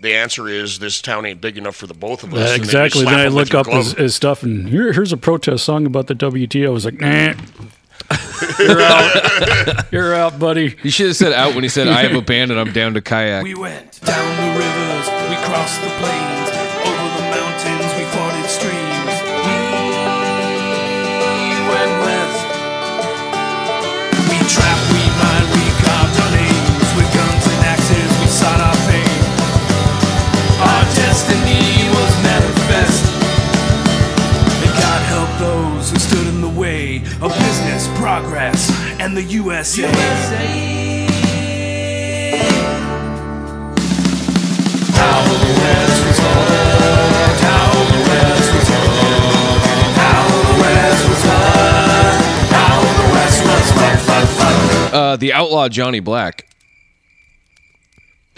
the answer is this town ain't big enough for the both of us. Uh, and then you exactly. slap Then I them with look your up uh, glove. his, his stuff, and here, here's a protest song about the WTO. I was like, nah. You're out. You're out, buddy. You should have said out when he said, I have abandoned, I'm down to kayak. We went down the rivers, we crossed the plains, over the mountains, we forded streams. We went west. We trapped, we mined, we carved our names with guns and axes. We sought our fame. Our destiny was manifest. And God help those who stood in the way of business, progress, and the USA. Uh, the outlaw Johnny Black.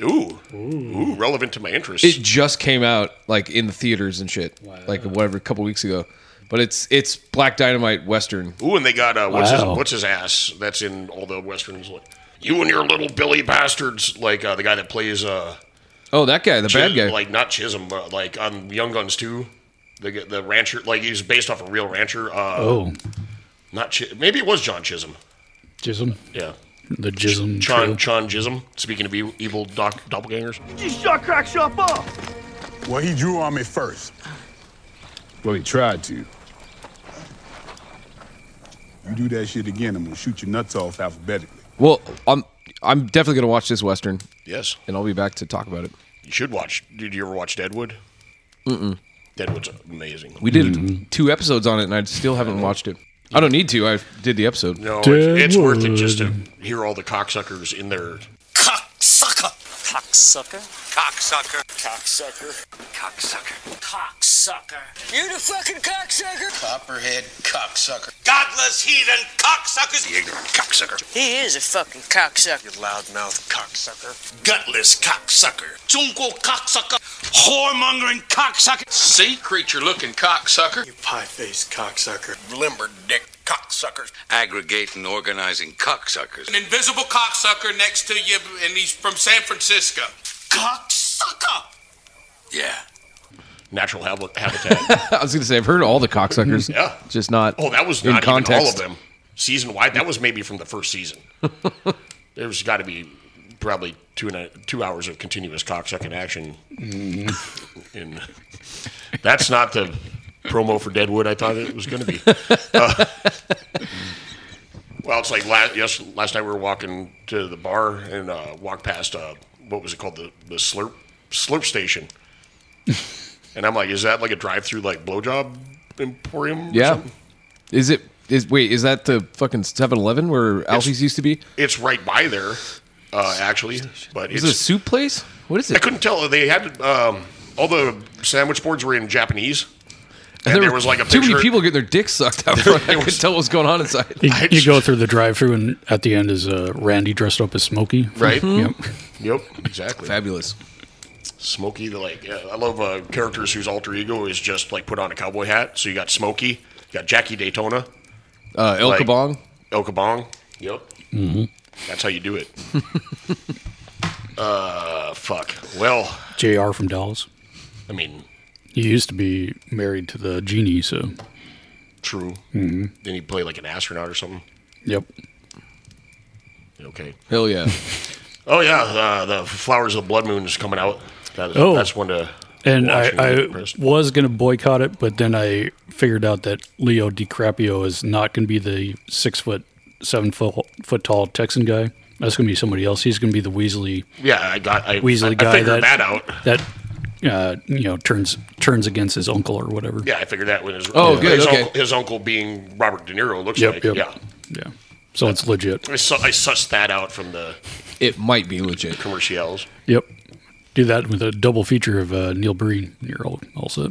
Ooh. Ooh, relevant to my interests. It just came out like in the theaters and shit, like whatever, a couple weeks ago. But it's it's Black Dynamite Western. Ooh, and they got uh, what's Wow. his what's his ass? That's in all the westerns. Like, you and your little Billy bastards, like uh, the guy that plays uh, Oh, that guy, the bad Chis- guy. like not Chisholm, but like on Young Guns too. The g- the rancher, like he's based off a real rancher. Uh, Oh, not Chi- maybe it was John Chisholm. Jism. Yeah, The Jism. Chon Trail. Chon Chisholm. Speaking of e- evil doc- doppelgangers, Well, he drew on me first. Well, he tried to. You do that shit again, I'm gonna shoot your nuts off alphabetically. Well, I'm I'm definitely gonna watch this Western yes, and I'll be back to talk about it. you should watch. Did you ever watch Deadwood? Mm-mm. Deadwood's amazing. We did two episodes on it and I still haven't watched it. I don't need to, I did the episode. no, it's, it's worth it Deadwood. just to hear all the cocksuckers in their Cocksucker. Cocksucker. Cocksucker. Cocksucker. Cocksucker. Cocksucker. You the fucking cocksucker. Copperhead cocksucker. Godless heathen cocksuckers. The ignorant cocksucker. He is a fucking cocksucker. Loudmouth cocksucker. Gutless cocksucker. Jungle cocksucker. Whoremongering cocksucker. Sea creature looking cocksucker. You pie-faced cocksucker. Limber dick cocksuckers. Aggregating, organizing cocksuckers. An invisible cocksucker next to you, and he's from San Francisco. Cocksucker. Yeah. natural habit- habitat. I was gonna say I've heard all the cocksuckers. Yeah. Just not Oh, that was in not even context. all of them. Season wide, that was maybe from the first season. There's got to be probably two and a, two hours of continuous cocksucking action. Mm-hmm. And that's not the promo for Deadwood I thought it was going to be. Uh, well, it's like last yes, last night we were walking to the bar and uh, walked past uh, what was it called the the slurp slurp station. And I'm like, is that like a drive-through like blowjob emporium? or Yeah. something? Is it is wait, is that the fucking 7-Eleven where Alfie's used to be? It's right by there, uh, actually. But Is it a it's, soup place? What is I it? couldn't tell. They had um, all the sandwich boards were in Japanese, and there, were was like a too picture. many people getting their dicks sucked out. front. I there could was- tell what's going on inside. You, I you go just- through the drive-through, and at the end is uh, Randy dressed up as Smokey. Right. Mm-hmm. Yep. Yep. Exactly. Fabulous. Smokey, the like, yeah, I love uh, characters whose alter ego is just like put on a cowboy hat. So you got Smokey, you got Jackie Daytona, Uh, El Like- Kabong. El Kabong. Yep. Mm-hmm. That's how you do it. uh, fuck. Well, Jr. from Dallas. I mean, He used to be married to the genie, so true. Mm-hmm. Then you play like an astronaut or something. yep. Okay. Hell yeah. Oh yeah, uh, the Flowers of the Blood Moon is coming out. That, Oh. that's one to. And I, watch and get I impressed. was going to boycott it, but then I figured out that Leo DiCaprio is not going to be the six foot, seven foot, foot tall Texan guy. That's going to be somebody else. He's going to be the Weasley yeah, I got I, Weasley I, guy I figured that, that out. that uh, you know turns turns against his uncle or whatever. Yeah, I figured that when his Oh, good, his, okay. uncle, his uncle being Robert De Niro looks Yep, like yep. yeah. Yeah. So it's legit. I, su- I sussed that out from the It might be legit. commercials. Yep. Do that with a double feature of uh, Neil Breen. You're all, all set.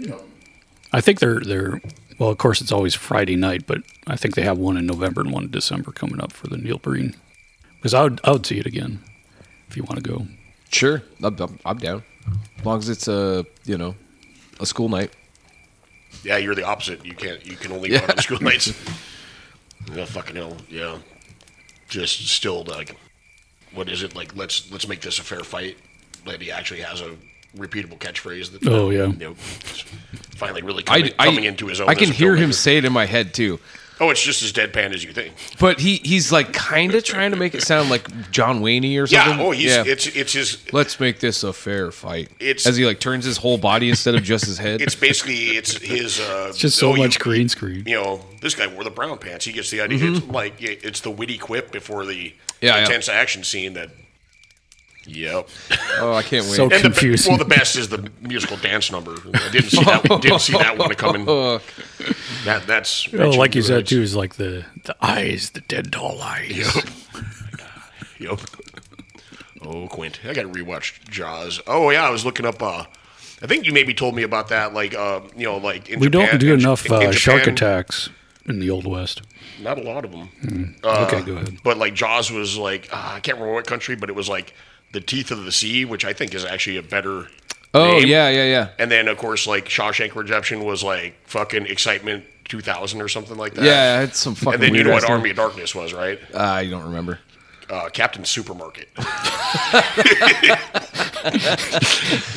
I think they're they're well. Of course, it's always Friday night, but I think they have one in November and one in December coming up for the Neil Breen. Because I would I would see it again if you want to go. Sure. I'm, I'm, I'm down. As long as it's a, you know, a school night. Yeah, you're the opposite. You can't. You can only go Yeah. out on school nights. yeah, fucking hell. Yeah, just still like, what is it like? Let's let's make this a fair fight. That he actually has a repeatable catchphrase. That, Oh, yeah. you know, is finally really I, coming, I, coming into his own. I as can a hear him filmmaker. say it in my head too. "Oh, it's just as deadpan as you think." But he he's like kind of trying to make it sound like John Wayne or something. Yeah. Oh, he's it's it's his Let's make this a fair fight. It's- As he like turns his whole body instead of just his head. it's basically it's his. Uh, It's just so oh, you- much green screen. You know, this guy wore the brown pants. He gets the idea. It's like it- it's the witty quip before the Mm-hmm. Yeah, yeah. intense action scene that. Yep. oh, I can't wait. So And the, be- confusing. well, the best is the musical dance number. I didn't see that. didn't see that one coming. That that's Oh, like you said too, is like the the eyes, the dead doll eyes. Yep. Oh, Quint, I got to rewatch Jaws. Oh yeah, I was looking up. uh I think you maybe told me about that. Like, uh, you know, like in We Japan- don't do in J- enough in uh, shark Japan, attacks in the old west. Not a lot of them. Uh, okay, go ahead. But like Jaws was like uh, I can't remember what country, but it was like the Teeth of the Sea, which I think is actually a better. oh name. yeah, yeah, yeah. And then of course like Shawshank Redemption was like fucking Excitement 2000 or something like that. Yeah, it's some fucking. And then you know weird-ass what name. Army of Darkness was, right? I don't remember. Uh, Captain Supermarket.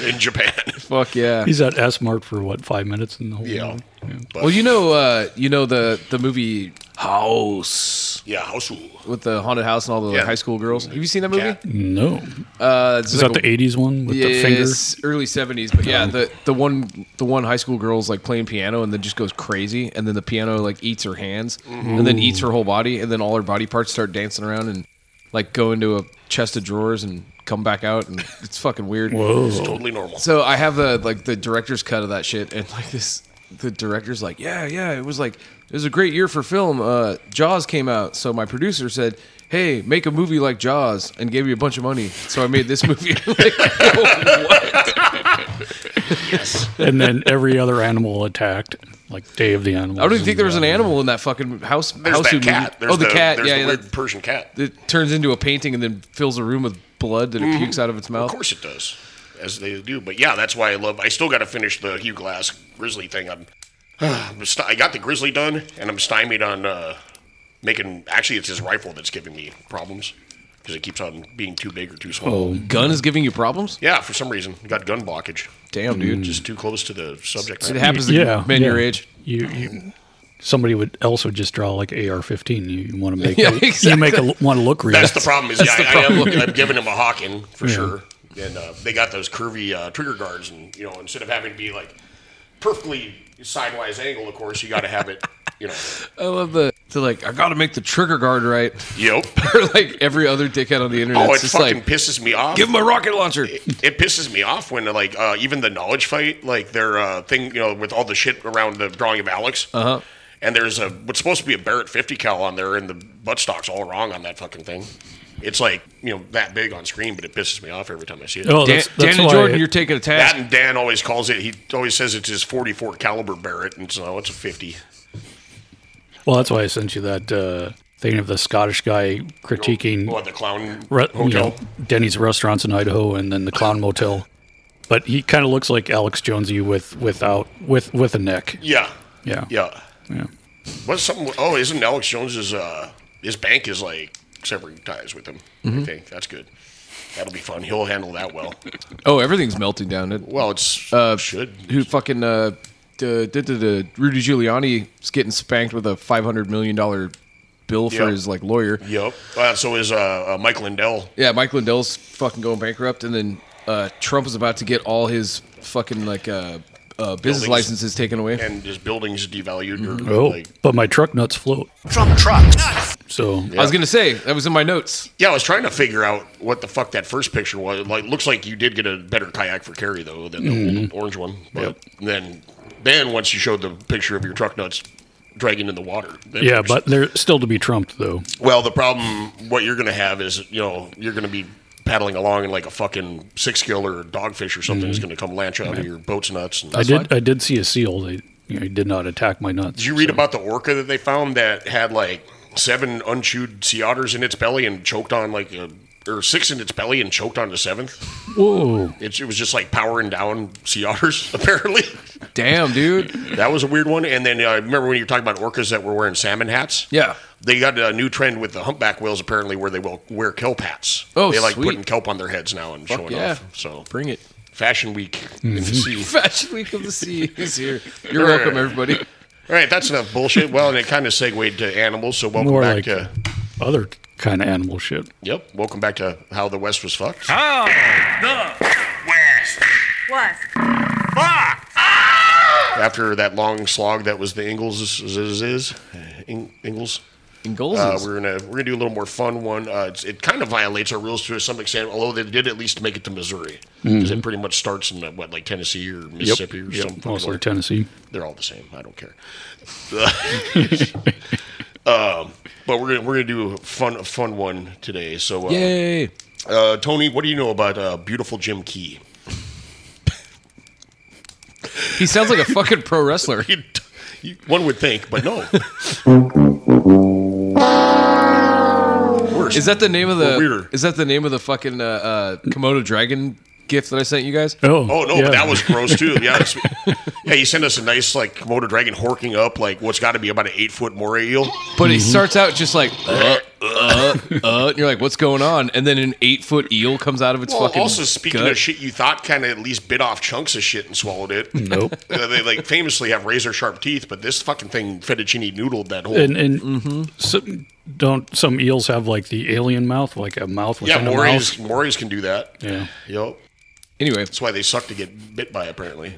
In Japan. Fuck yeah. He's at S marked for what five minutes in the whole. Yeah. movie? Well, you know, uh, you know the the movie House Yeah, Hosu. with the haunted house and all the like, Yeah. high school girls. Have you seen that movie? Cat. No, Uh, it's is like that the a- '80s one with the finger? Yes, early seventies. But yeah, the the one the one high school girl's like playing piano and then just goes crazy, and then the piano like eats her hands, and then eats her whole body, and then all her body parts start dancing around and like go into a chest of drawers and come back out, and it's fucking weird. It's Oh. totally normal. So I have the like the director's cut of that shit, and like this, the director's like, yeah, yeah, it was like it was a great year for film. Uh, Jaws came out, so my producer said, hey, make a movie like Jaws, and gave me a bunch of money. So I made this movie. like, And then every other animal attacked, like Day of the Animals. I don't even think there was an animal in that fucking house. There's house that suit cat. Movie. There's oh, the, cat. There's Yeah, the yeah weird that, Persian cat. that turns into a painting and then fills a room with blood that it pukes out of its Mm-hmm. Of mouth. course it does, as they do. But yeah, that's why I love. I still got to finish the Hugh Glass Grizzly thing. I'm, I'm st- I got the Grizzly done, and I'm stymied on uh, making. Actually, it's his rifle that's giving me problems because it keeps on being too big or too small. Gun is giving you problems. Yeah, for some reason, got gun blockage. Damn, dude. Just too close to the subject. It matter. happens to Yeah, men your yeah. age. You, you, somebody would else would just draw like AR-15. You want to make Yeah, you make a, want to look real. That's the problem. Is yeah, the I, I problem. am, I'm giving him a Hawking for sure, and uh, they got those curvy uh, trigger guards, and you know, instead of having to be like perfectly sidewise angle, of course, you got to have it. You know, I love the to like. I got to make the trigger guard right. yep. or like every other dickhead on the internet. Oh, it it's just fucking like pisses me off. give him a rocket launcher. it pisses me off when like uh, even the knowledge fight, like their uh, thing, you know, with all the shit around the drawing of Alex. Uh Uh-huh. huh. And there's a what's supposed to be a Barrett 50 cal on there, and the butt stock's all wrong on that fucking thing. It's like you know that big on screen, but it pisses me off every time I see it. Oh, Dan, that's, that's Dan and why Jordan, you're taking a That task. and Dan always calls it. He always says it's his 44 caliber Barrett, and so it's a 50. well, that's why I sent you that uh, thing of the Scottish guy critiquing What the clown re- you hotel? know, Denny's restaurants in Idaho and then the Clown Motel. But he kind of looks like Alex Jonesy with without with with a neck. Yeah, Yeah. yeah. Yeah. What's something? Oh, isn't Alex Jones's uh his bank is like severing ties with him? I think that's good. That'll be fun. He'll handle that well. Oh, everything's melting down. It, Well, it's Uh, should who fucking uh, duh, duh, duh, duh, Rudy Giuliani's getting spanked with a five hundred million dollar bill for Yeah. his like lawyer. yep. Uh, so is uh, uh Mike Lindell. Yeah, Mike Lindell's fucking going bankrupt, and then uh, Trump is about to get all his fucking like uh, uh, business Buildings. licenses taken away. And his building's devalued. Or, Oh, like, but my truck nuts float. Trump trucks. So I was gonna say that was in my notes. yeah, I was trying to figure out what the fuck that first picture was. Like, looks like you did get a better kayak for Carrie though than the Mm-hmm. old orange one. But then, then once you showed the picture of your truck nuts dragging in the water, that yeah, looks- but they're still to be trumped though. Well, the problem, what you're going to have is, you know, you're going to be paddling along and like a fucking six gill or a dogfish or something is going to come lanch out of your boat's nuts. And Mm-hmm. I did I did see a seal. They you know, he did not attack my nuts. Did you read about the orca that they found that had like seven unchewed sea otters in its belly and choked on like a, or six in its belly and choked on the seventh? Whoa. It, it was just like powering down sea otters, apparently. Damn, dude. that was a weird one. And then uh, remember when you were talking about orcas that were wearing salmon hats? Yeah. They got a new trend with the humpback whales apparently, where they will wear kelp hats. Oh, they like sweet. putting kelp on their heads now and showing yeah. Mhm. off. So Bring it. Fashion Week in the sea. Fashion Week of the Sea is here. You're welcome, everybody. All right, that's enough bullshit. Well, and it kind of segued to animals, so welcome More back like- to Other kind of animal shit. yep, welcome back to how the West was fucked. What? After that long slog that was the Ingles is, is, is Ing, Ingles. Ingoles. Uh, is- we're gonna we're gonna do a little more fun one. Uh, it's, it kind of violates our rules to some extent, although they did at least make it to Missouri because Mm-hmm. it pretty much starts in uh, what like Tennessee or Mississippi or something. fucking Mostly like- Tennessee. They're all the same. I don't care. um, but we're gonna we're gonna do a fun a fun one today. So uh, Yay! uh, Tony, what do you know about uh, beautiful Jim Key? He sounds like a fucking pro wrestler. You, you, one would think, but no. Worse. Is that the name of Or weirder. the? Is that the name of the fucking uh, uh, Komodo dragon gift that I sent you guys? Oh, Oh no, yeah. but that was gross too. Yeah, it's- yeah. You sent us a nice like Komodo dragon horking up like what's got to be about an eight foot moray eel. But Mm-hmm. it starts out just like uh, uh, uh, and you're like, what's going on? And then an eight foot eel comes out of its Well, fucking. also speaking gut. of shit, you thought kind of at least bit off chunks of shit and swallowed it. Nope. Uh, they like famously have razor sharp teeth, but this fucking thing fettuccine noodled that whole. And and Mm-hmm. some, don't some eels have like the alien mouth, like a mouth yeah, within a morays mouth? morays can do that. Yeah. Yep. anyway, That's why they suck to get bit by apparently.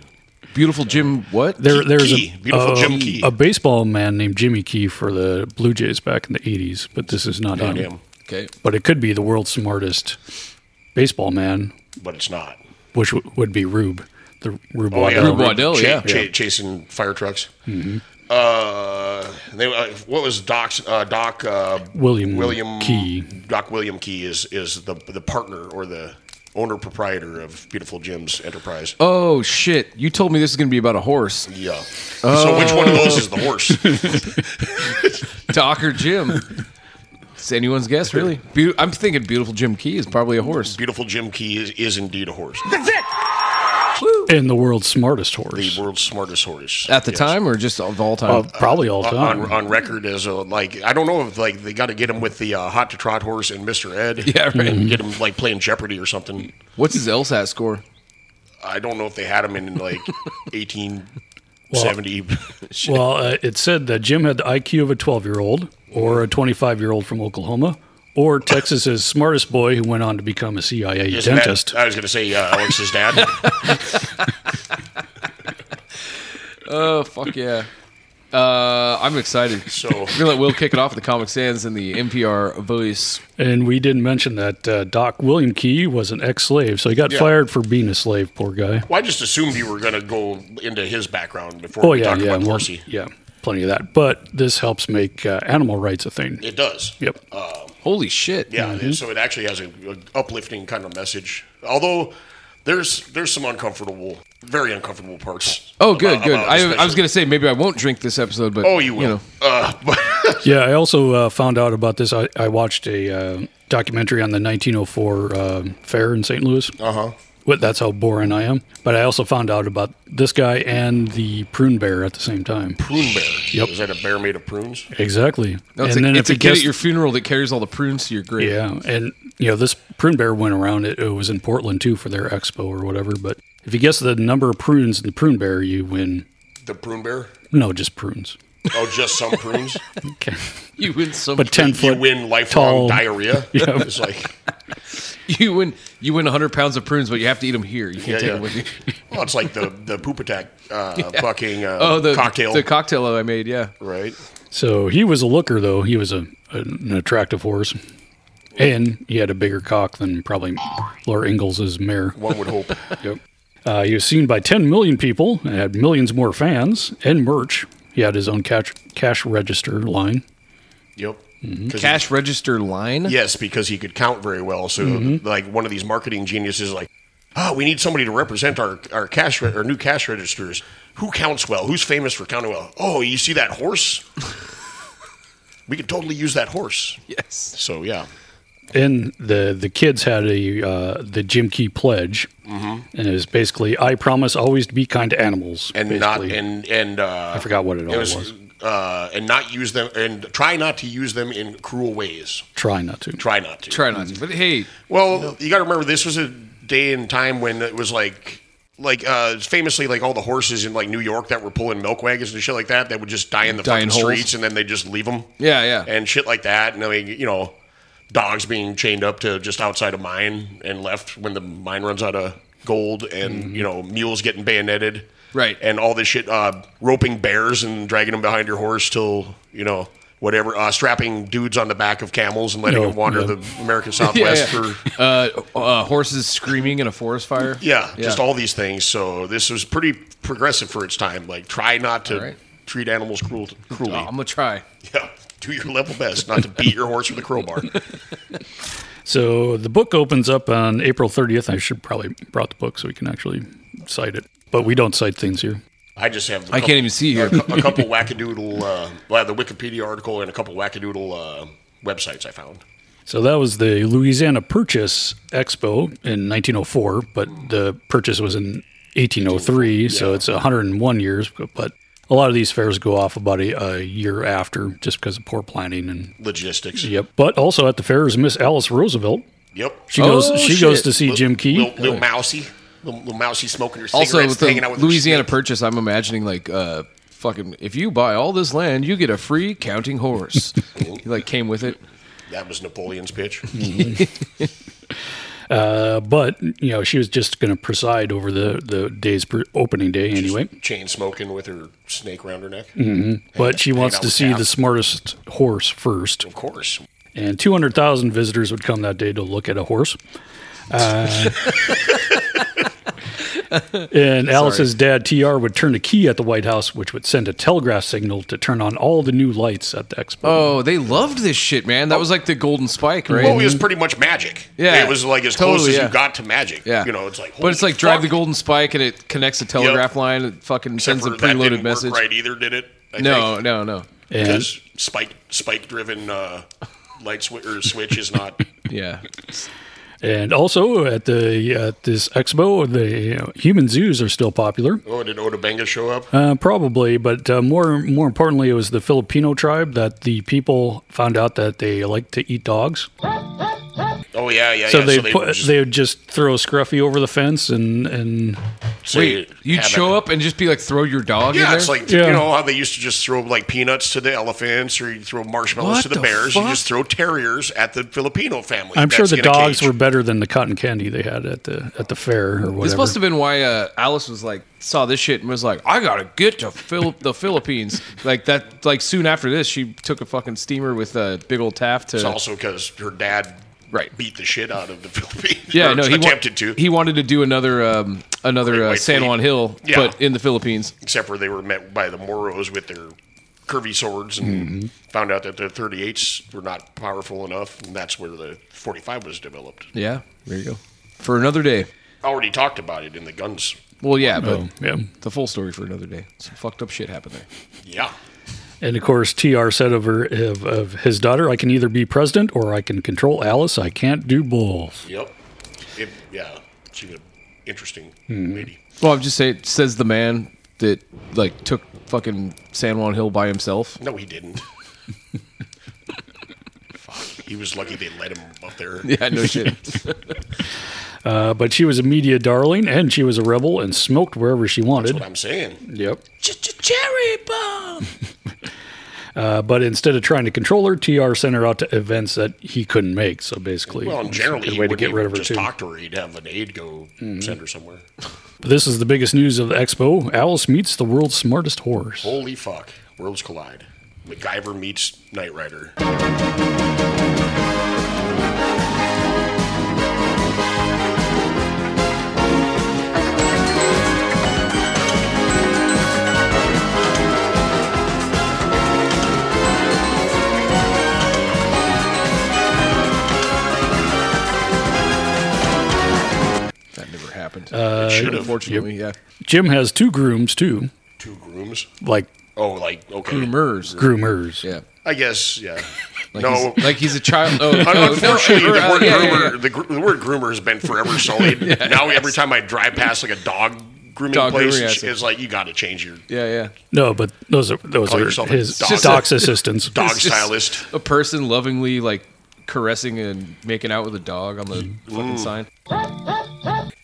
beautiful Jim. What? There, there's Key. a, Beautiful Jim um, Key. a baseball man named Jimmy Key for the Blue Jays back in the 80s, but this is not him. Damn. Okay. But it could be the world's smartest baseball man, But it's not. which w- would be Rube, the Rube Oh, yeah. Waddell. Rube Waddell, Cha- yeah. Mm-hmm. cha- chasing fire trucks. Uh, they, uh, what was Doc's uh, Doc uh, William Key. Doc William Key is is the the partner or the owner proprietor of Beautiful Jim's enterprise. Oh shit! You told me this is gonna be about a horse, Yeah. So which one of those is the Oh. horse? Doc or Jim. It's anyone's guess, really. Beau- I'm thinking beautiful Jim Key is probably a horse. Beautiful Jim Key is, is indeed a horse. And the world's smartest The horse. world's smartest horse At the Yes. time, or just of all Uh, time? probably all On- time. On, on record as a like, I don't know if like they got to get him with the uh, hot to trot horse and Mister Ed. Yeah, right. And get him like playing Jeopardy or something. What's his LSAT score? I don't know if they had him in like eighteen Well- seventy. Well, uh, it said that Jim had the IQ of a 12 year old or a 25 year old from Oklahoma or Texas's smartest boy who went on to become a CIA Isn't that- dentist. I was going to say uh, Alex's dad. Oh fuck yeah! Uh, I'm excited. So We're gonna let Will kick it off with the comic stands and the NPR voice. and we didn't mention that uh, Doc William Key was an ex slave, so he got Yeah. fired for being a slave, poor guy. well, I just assumed you were going to go into his background before Oh, we yeah, talked yeah. about well, Horsey. yeah, plenty of that. But this helps make uh, animal rights a thing. It does. Yep. Holy shit! Yeah, and so it actually has a, a uplifting kind of message. Although there's there's some uncomfortable, very uncomfortable parts. Oh, good, about- good. about I, I was especially- gonna say maybe I won't drink this episode, but Oh, you will. know. uh, but Yeah, I also uh, found out about this. I, I watched a uh, documentary on the 1904 um fair in St. Louis. Oh. Uh Uh-huh. huh. that's how boring I am. But I also found out about this guy and the prune bear at the same time. prune bear. Yep. Is that a bear made of prunes? Exactly. No, it's and a, it's a it kid guessed- at your funeral that carries all the prunes to your grave. yeah, and you know this prune bear went around. It, it was in Portland too for their expo or whatever. But if you guess the number of prunes in the prune bear, you win. The prune bear? No, just prunes. Oh, just some prunes. Okay. You win some. But ten you foot. win tall- lifelong diarrhea. Yeah. It's like you win. You win 100 pounds of prunes, but you have to eat them here. You can't Yeah, take yeah. Uh, them with you. well, it's like the the poop attack uh, fucking uh, Oh, the cocktail. The cocktail I made. Yeah. right. So he was a looker, though. He was a, an attractive horse. And he had a bigger cock than probably Laura Ingalls' mare. One would hope. Uh, he was seen by 10 million people and had millions more fans and merch. He had his own cash, cash register line. Yep. 'Cause Mm-hmm. Cash register line. Yes, because he could count very well. So, Mm-hmm. like one of these marketing geniuses, like, oh, we need somebody to represent our our cash re- our new cash registers. Who counts well? Who's famous for counting well? Oh, you see that horse? we could totally use that horse. Yes. So yeah, And the, the kids had a uh, the Jim Key pledge. And it was basically, I promise always to be kind to animals. and not basically. and and uh, I forgot what it all was. Uh, and not use them and try not to use them in cruel ways. Try not to. Try not to. Try not to. But hey, Well, you got to remember this was a day and time when it was like like uh famously like all the horses in like New York that were pulling milk wagons and shit like that that would just die in the Die in fucking holes. streets and then they just leave them Yeah, yeah. and shit like that and I mean you know dogs being chained up to just outside a mine and left when the mine runs out of gold and you know mules getting bayoneted Mm-hmm. Right. and all this shit uh roping bears and dragging them behind your horse till you know whatever uh strapping dudes on the back of camels and letting Oh, them wander yeah. the American Southwest yeah. for uh, uh, horses screaming in a forest fire. yeah, just all these things. So this was pretty progressive for its time. Like, try not to All right. treat animals cruel, cruelly. Oh, I'm gonna try. yeah, do your level best not to beat your horse with a crowbar. So the book opens up on April 30th. I should probably brought the book so we can actually cite it, but we don't cite things here. I just have. I I can't even see here. a couple wackadoodle. Uh, well, the Wikipedia article and a couple wackadoodle uh, websites I found. So that was the Louisiana Purchase Expo in 1904, but the purchase was in 1803, so it's 101 years. But a lot of these fairs go off about a, a year after just because of poor planning and Logistics. yep. But also at the fair is Miss Alice Roosevelt. Yep. Uh, She goes Oh, she goes shit. to see Jim Key. Little, little mousy. Little, little mousy smoking her cigarettes, Oh. Also, with hanging out the with her Louisiana snake. purchase, I'm imagining like uh, fucking. If you buy all this land, you get a free counting horse. he like came with it. that was Napoleon's pitch. uh, but you know she was just going to preside over the the day's pre- opening day anyway. Chain smoking with her snake round her neck. Mm. But she wants out to with see Cap. the smartest horse first, Of course. and two hundred thousand visitors would come that day to look at a horse. Uh, and Alice's dad, Tr, would turn a key at the White House, which would send a telegraph signal to turn on all the new lights at the expo. Oh, they loved this shit, man. That was like the golden spike, right? Well, it was pretty much magic. Yeah. it was like as Totally, close as yeah. you got to magic. yeah, you know, it's like. but it's holy like drive fuck. the golden spike, and it connects a telegraph Yep. line. It fucking Except sends a for that didn't preloaded work message. Right, either did it? I no, think, no, no. and because spike spike driven uh, light swi- or switch is not. Yeah, and also at the at this expo, the uh, human zoos are still popular. Oh, did Otabenga show up? Uh, probably, but uh, more more importantly, it was the Filipino tribe that the people found out that they like to eat dogs. Oh yeah, yeah. So yeah. they so they put, would just they would just throw Scruffy over the fence and and say, you'd have show it. up and just be like, throw your dog in Yeah, there. it's like Yeah. you know how they used to just throw like peanuts to the elephants, or you throw marshmallows What to the, the bears. You fuck? just throw terriers at the Filipino family. I'm sure that's the in a dogs cage. were better than the cotton candy they had at the at the fair or whatever. This must have been why uh, Alice was like saw this shit and was like, I gotta get to Phil- the Philippines. Like that. Like soon after this, she took a fucking steamer with a uh, big old Taft to. It's also because her dad Right. beat the shit out of the Philippines. yeah, or no, he wa- attempted to. He wanted to do another um, another uh, White San Fleet. Juan Hill, Yeah. but in the Philippines. except for they were met by the Moros with their curvy swords and Mm-hmm. found out that their 38s were not powerful enough, and that's where the 45 was developed. Yeah, there you go. For another day. Already talked about it in the guns. Well, yeah, but Oh, yeah. the full story for another day. Some fucked up shit happened there. Yeah. And of course, Tr said of her of, of his daughter, "I can either be president or I can control Alice. I can't do both." Yep. It, yeah. She's an interesting Mm-hmm. lady. Well, I'm just saying, it says the man that like took fucking San Juan Hill by himself. No, he didn't. Fuck. He was lucky they let him up there. Yeah, no shit. Uh, but she was a media darling, and she was a rebel, and smoked wherever she That's wanted. what I'm saying. Yep. Cherry bomb. Uh, but instead of trying to control her, TR sent her out to events that he couldn't make. So basically, Well, and it's a generally, good he way to wouldn't get rid even of her just too. talk to her. He'd have an aide go send her somewhere. But This is the biggest news of the expo. Alice meets the world's smartest horse. Holy fuck. Worlds collide. MacGyver meets Knight Rider. That never happened. Uh, it should, unfortunately. Jim has two grooms too, Two grooms. like Oh, like okay. Yeah. Groomers. groomers. yeah. I guess, yeah. no. Like he's a child. Oh, no, no, Unfortunately, uh, the word yeah, yeah, groomer, The, gr- the word groomer has been forever sullied. now, every time I drive past like a dog grooming Dog place, grooming, it's, yeah. it's like you got to change your yeah. yeah, yeah. No, but those are those Oh, Call are yourself a his dog. doc's assistants. dog It's just stylist. A person lovingly like caressing and making out with a dog on the fucking sign.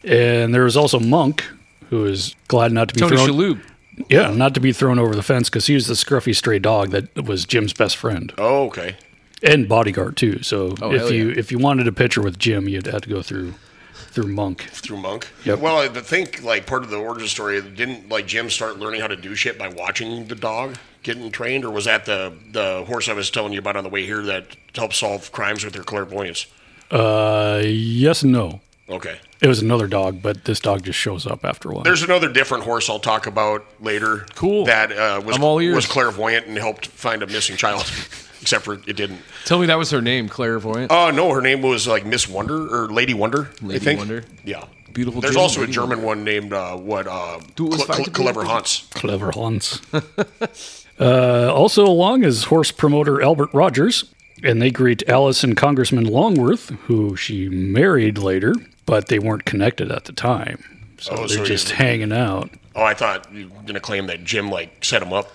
And there was also Monk, who is glad not to be Tony thrown. Shalhoub. Yeah, not to be thrown over the fence because he was the scruffy stray dog that was Jim's best friend Oh, okay. and bodyguard too. So Oh, if hell you yeah. if you wanted a picture with Jim, you'd have to go through through Monk. Through Monk. Yep. Well, I think like part of the origin story didn't like Jim start learning how to do shit by watching the dog getting trained, or was that the the horse I was telling you about on the way here that helps solve crimes with their clairvoyance? Uh, yes and no. Okay. It was another dog, but this dog just shows up after a while. There's another different horse I'll talk about later. Cool. That uh, was I'm all ears. was clairvoyant and helped find a missing child, except for it didn't. Tell me that was her name, clairvoyant. Oh no, her name was like Miss Wonder or Lady Wonder. I Lady think. Wonder. Yeah. Beautiful There's German also a Lady German one named uh, what? Uh, Du Cle- hast Cle- weite Clever Beine. Hans. Clever Hans. uh, also along is horse promoter Albert Rogers, and they greet Alice and Congressman Longworth, who she married later, but they weren't connected at the time. So Oh, they're so just you- hanging out. Oh, I thought you were gonna claim that Jim like set him up.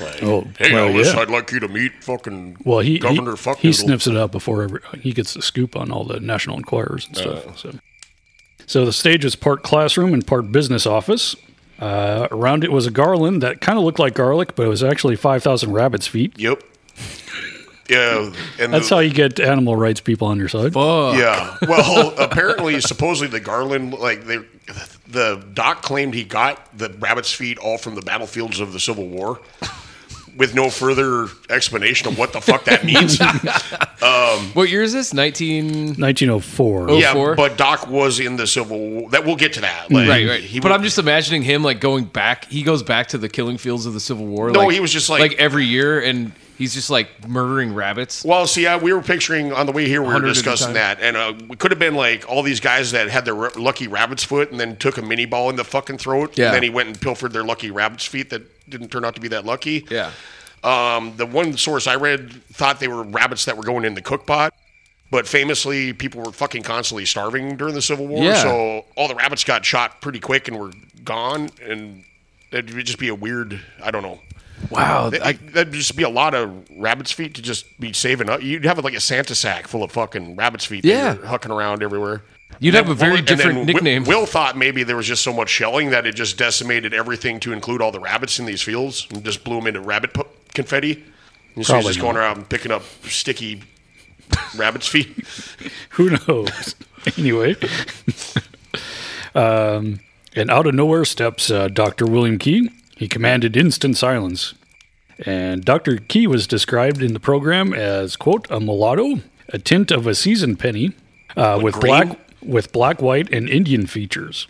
Like, Oh, hey well, Alice, yeah. I'd like you to meet fucking Well, he Governor he, Fuck he Noodle. sniffs it out before every, he gets the scoop on all the National Enquirers and stuff. so. so the stage was part classroom and part business office. Uh, around it was a garland that kind of looked like garlic, but it was actually five thousand rabbits' feet. Yep. Yeah, and That's uh, the- how you get animal rights people on your side. Yeah. Well, apparently, supposedly the Garland, like they, the doc claimed he got the rabbit's feet all from the battlefields of the Civil War, with no further explanation of what the fuck that means. What year is this? 19. 1904. yeah, 04? but Doc was in the Civil War. That we'll get to that. Like, Right, right. He, but I'm just imagining him like going back. He goes back to the killing fields of the Civil War. No, like- he was just like- like every year, and he's just like murdering rabbits. Well, see, I, we were picturing on the way here, we were 100 at a discussing time. that, and uh, we could have been like all these guys that had their r- lucky rabbit's foot and then took a mini ball in the fucking throat, Yeah. and then he went and pilfered their lucky rabbit's feet that didn't turn out to be that lucky. Yeah. Um, the one source I read thought they were rabbits that were going in the cook pot, but famously, people were fucking constantly starving during the Civil War, Yeah. so all the rabbits got shot pretty quick and were gone, and that'd just be a weird, I don't know. Wow. Th- I, that'd just be a lot of rabbit's feet to just be saving up. You'd have like a Santa sack full of fucking rabbit's feet. that Yeah. you're hucking around everywhere. you'd have a very And then different Wi- nickname. Will thought maybe there was just so much shelling that it just decimated everything to include all the rabbits in these fields and just blew them into rabbit pu- confetti. And so he's Probably just not. going around picking up sticky rabbit's feet. Who knows? anyway. um, and out of nowhere steps uh, Dr. William Key. He commanded instant silence. And Dr. Key was described in the program as, quote, a mulatto, a tint of a season penny, uh, with green? black with black, white, and Indian features.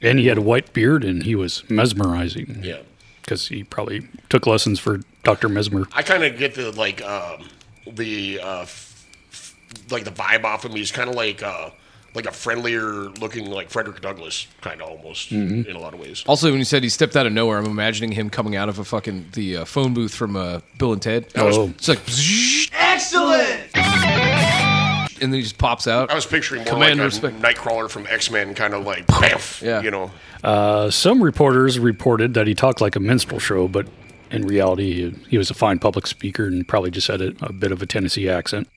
And he had a white beard and he was mesmerizing. Yeah. Because he probably took lessons for Dr. Mesmer. I kind of get the like um, the uh, f- f- like the vibe off him. He's kind of like uh, like a friendlier looking like Frederick Douglass kind of almost Mm-hmm. in a lot of ways. also, when you said he stepped out of nowhere, I'm imagining him coming out of a fucking the uh, phone booth from uh, Bill and Ted. Oh. It's like excellent, and then he just pops out. I was picturing more Command like respect. a Nightcrawler from X Men, kind of like bamf, Yeah. you know. Uh, some reporters reported that he talked like a minstrel show, but in reality, he, he was a fine public speaker and probably just had a, a bit of a Tennessee accent.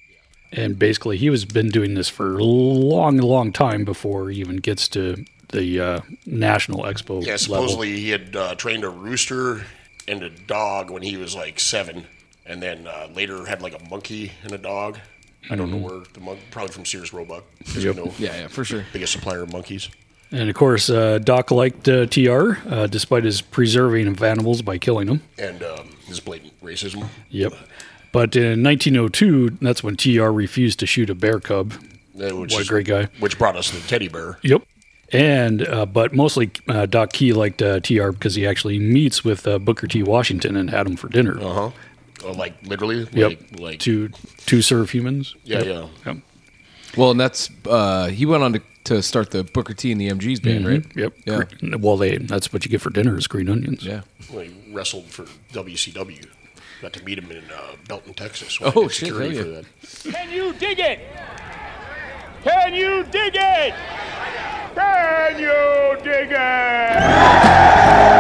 And basically, he was been doing this for a long, long time before he even gets to the uh, National Expo Yeah, level. supposedly he had uh, trained a rooster and a dog when he was like seven, and then uh, later had like a monkey and a dog. I don't know where the monkey, probably from Sears Roebuck, because you know, Mm-hmm. yeah, yeah, for sure. biggest supplier of monkeys. And of course, uh, Doc liked uh, TR uh, despite his preserving of animals by killing them. and um, his blatant racism. Yep. But in 1902, that's when TR refused to shoot a bear cub. Uh, Which What a is- great guy. Which brought us the teddy bear. Yep. And uh, but mostly uh, Doc Key liked uh, TR because he actually meets with uh, Booker T. Washington and had him for dinner. Uh huh. like literally. Yep. Like, like to to serve humans. Yeah, Yep. yeah. Yep. Well, and that's uh, he went on to, to start the Booker T and the MGs band, right? Mm-hmm. Yep. Yeah. Gre- Well, they that's what you get for dinner is green onions. Yeah. like, wrestled for WCW. Got to meet him in uh, Belton, Texas. Oh, did shit, security hell yeah. for that. Can you dig it? Can you dig it? Can you dig it?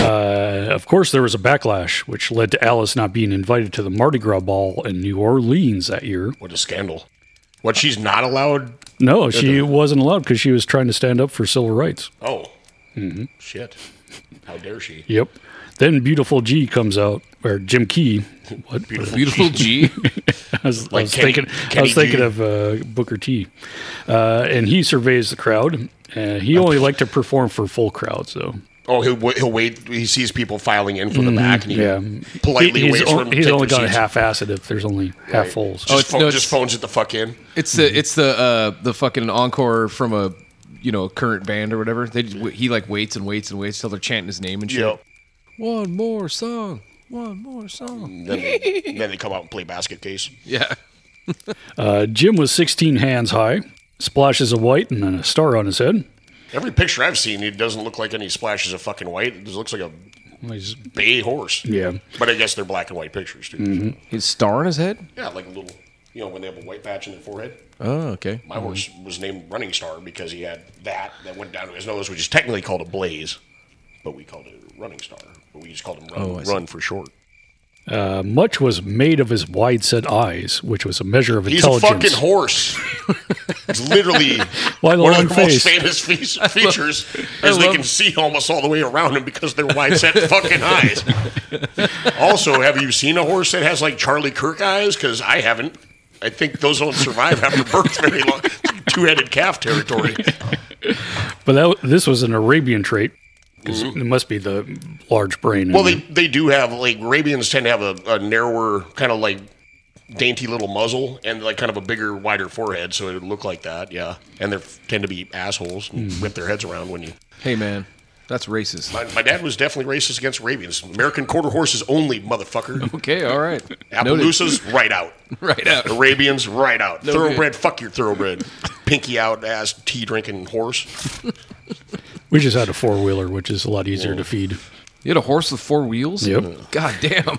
Uh, course, there was a backlash, which led to Alice not being invited to the Mardi Gras ball in New Orleans that year. What a scandal. What, she's not allowed? No, she wasn't allowed because she was trying to stand up for civil rights. Oh. Shit. How dare she? Yep. Then Beautiful G comes out, or Jim Key. What? Beautiful G. I was, I was Kenny- thinking, I Kenny was thinking G. of uh, Booker T. Uh, and he surveys the crowd. Uh, he only liked to perform for full crowds, though. Oh, he'll, wa- he'll wait. He sees people filing in from the back and he Yeah. politely He- he's waits on- for them to he's take only their got a seats. Oh. half Oh, ass it if there's only half fulls. Just, it's- pho- no, it's- just phones it the fuck in. It's the it's the uh, the fucking encore from a you know current band or whatever. They just, he like waits and waits and waits till they're chanting his name and shit. Yep. One more song. One more song. Then they, then they come out and play basket case. Yeah. Uh, Jim was 16 hands high, splashes of white, and then a star on his head. Every picture I've seen, it doesn't look like any splashes of fucking white. It just looks like a Well, he's- bay horse. yeah. But I guess they're black and white pictures, too. His star on his head? Yeah, like a little, you know, when they have a white patch in their forehead. Oh, okay. My horse was named Running Star because he had that that went down to his nose, which is technically called a blaze, but we called it Running Star. But we just called him Run, Oh, I see. run for short. Uh, much was made of his wide set eyes, which was a measure of He's a intelligence. fucking horse. it's literally Why the one long of their face? most famous fe- features is they love- can see almost all the way around him because they're wide set fucking eyes. Also, have you seen a horse that has like Charlie Kirk eyes? Because I haven't. I think those don't survive after birth very long. Two headed calf territory. but that, w- this was an Arabian trait. 'cause It must be the large brain. Mm-hmm. Well, they, and- they do have like Arabians tend to have a, a narrower kind of like dainty little muzzle and like kind of a bigger, wider forehead, so it would look like that. Yeah, and they tend to be assholes and Hmm. whip their heads around when you. Hey man, that's racist. My, Uh, my dad was definitely racist against Arabians. American quarter horses only, motherfucker. Okay, all right. Noted. Appaloosas right out. Right out. Arabians right out. No thoroughbred, fuck your thoroughbred. Pinky out ass tea drinking horse. we just had a four wheeler, which is a lot Oh. easier to feed. You had a horse with four wheels? Yep. God damn.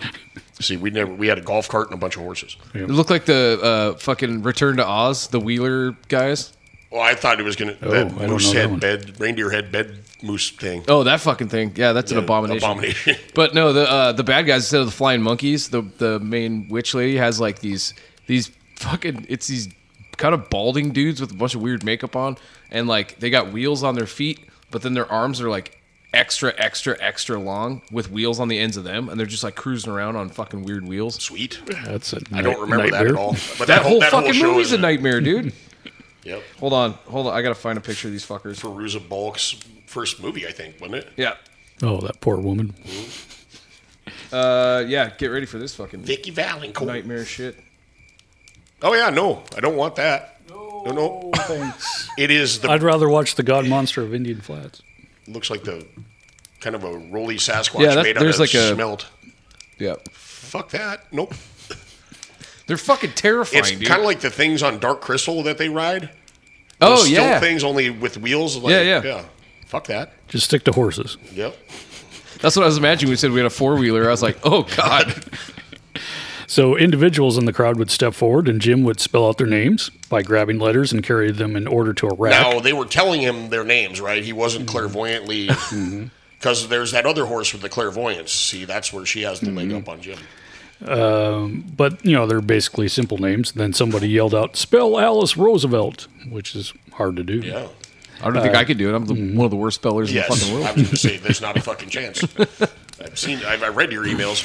See, we never we had a golf cart and a bunch of horses. It looked like the uh, fucking Return to Oz, the Wheeler guys. Well, I thought it was gonna Oh, I that don't know moose that head one. bed, reindeer head bed moose thing. Oh, that fucking thing. Yeah, that's an abomination. Abomination. But no, the uh, the bad guys instead of the flying monkeys, the the main witch lady has like these these fucking it's these kind of balding dudes with a bunch of weird makeup on, and like they got wheels on their feet, but then their arms are like extra extra extra long with wheels on the ends of them, and they're just like cruising around on fucking weird wheels. Sweet. That's a I don't remember that at all. But That whole fucking show movie's is a nightmare, dude. Yep. hold on, hold on, I gotta find a picture of these fuckers. Perusa Bulk's first movie, I think, wasn't it? Yeah, Oh, that poor woman. uh, yeah, get ready for this fucking Vicky Valancourt. nightmare shit. Oh yeah, no, I don't want that. No, no, it is the I'd rather watch the God Monster of Indian Flats. looks like the kind of a roly Sasquatch Yeah, that- made out there's of like a- smelt. Yeah, Fuck that. Nope. they're fucking terrifying, It's dude. kind of like the things on Dark Crystal that they ride. oh Still yeah, things only with wheels. Like, Yeah, yeah. Fuck that. Just stick to horses. Yep. That's what I was imagining. We said we had a four wheeler. I was like, oh god. So individuals in the crowd would step forward, and Jim would spell out their names by grabbing letters and carry them in order to a rack. Now they were telling him their names, right? He wasn't Mm-hmm. clairvoyantly. Because there's that other horse with the clairvoyance. See, that's where she has the Mm-hmm. leg up on Jim. but you know they're basically simple names. Then somebody yelled out, "Spell Alice Roosevelt," which is hard to do. Yeah. I don't think I could do it. I'm the, one of the worst spellers Oh, Yes. in the fucking I world. was going to say, there's not a fucking chance. I've seen, I've, I've read your emails.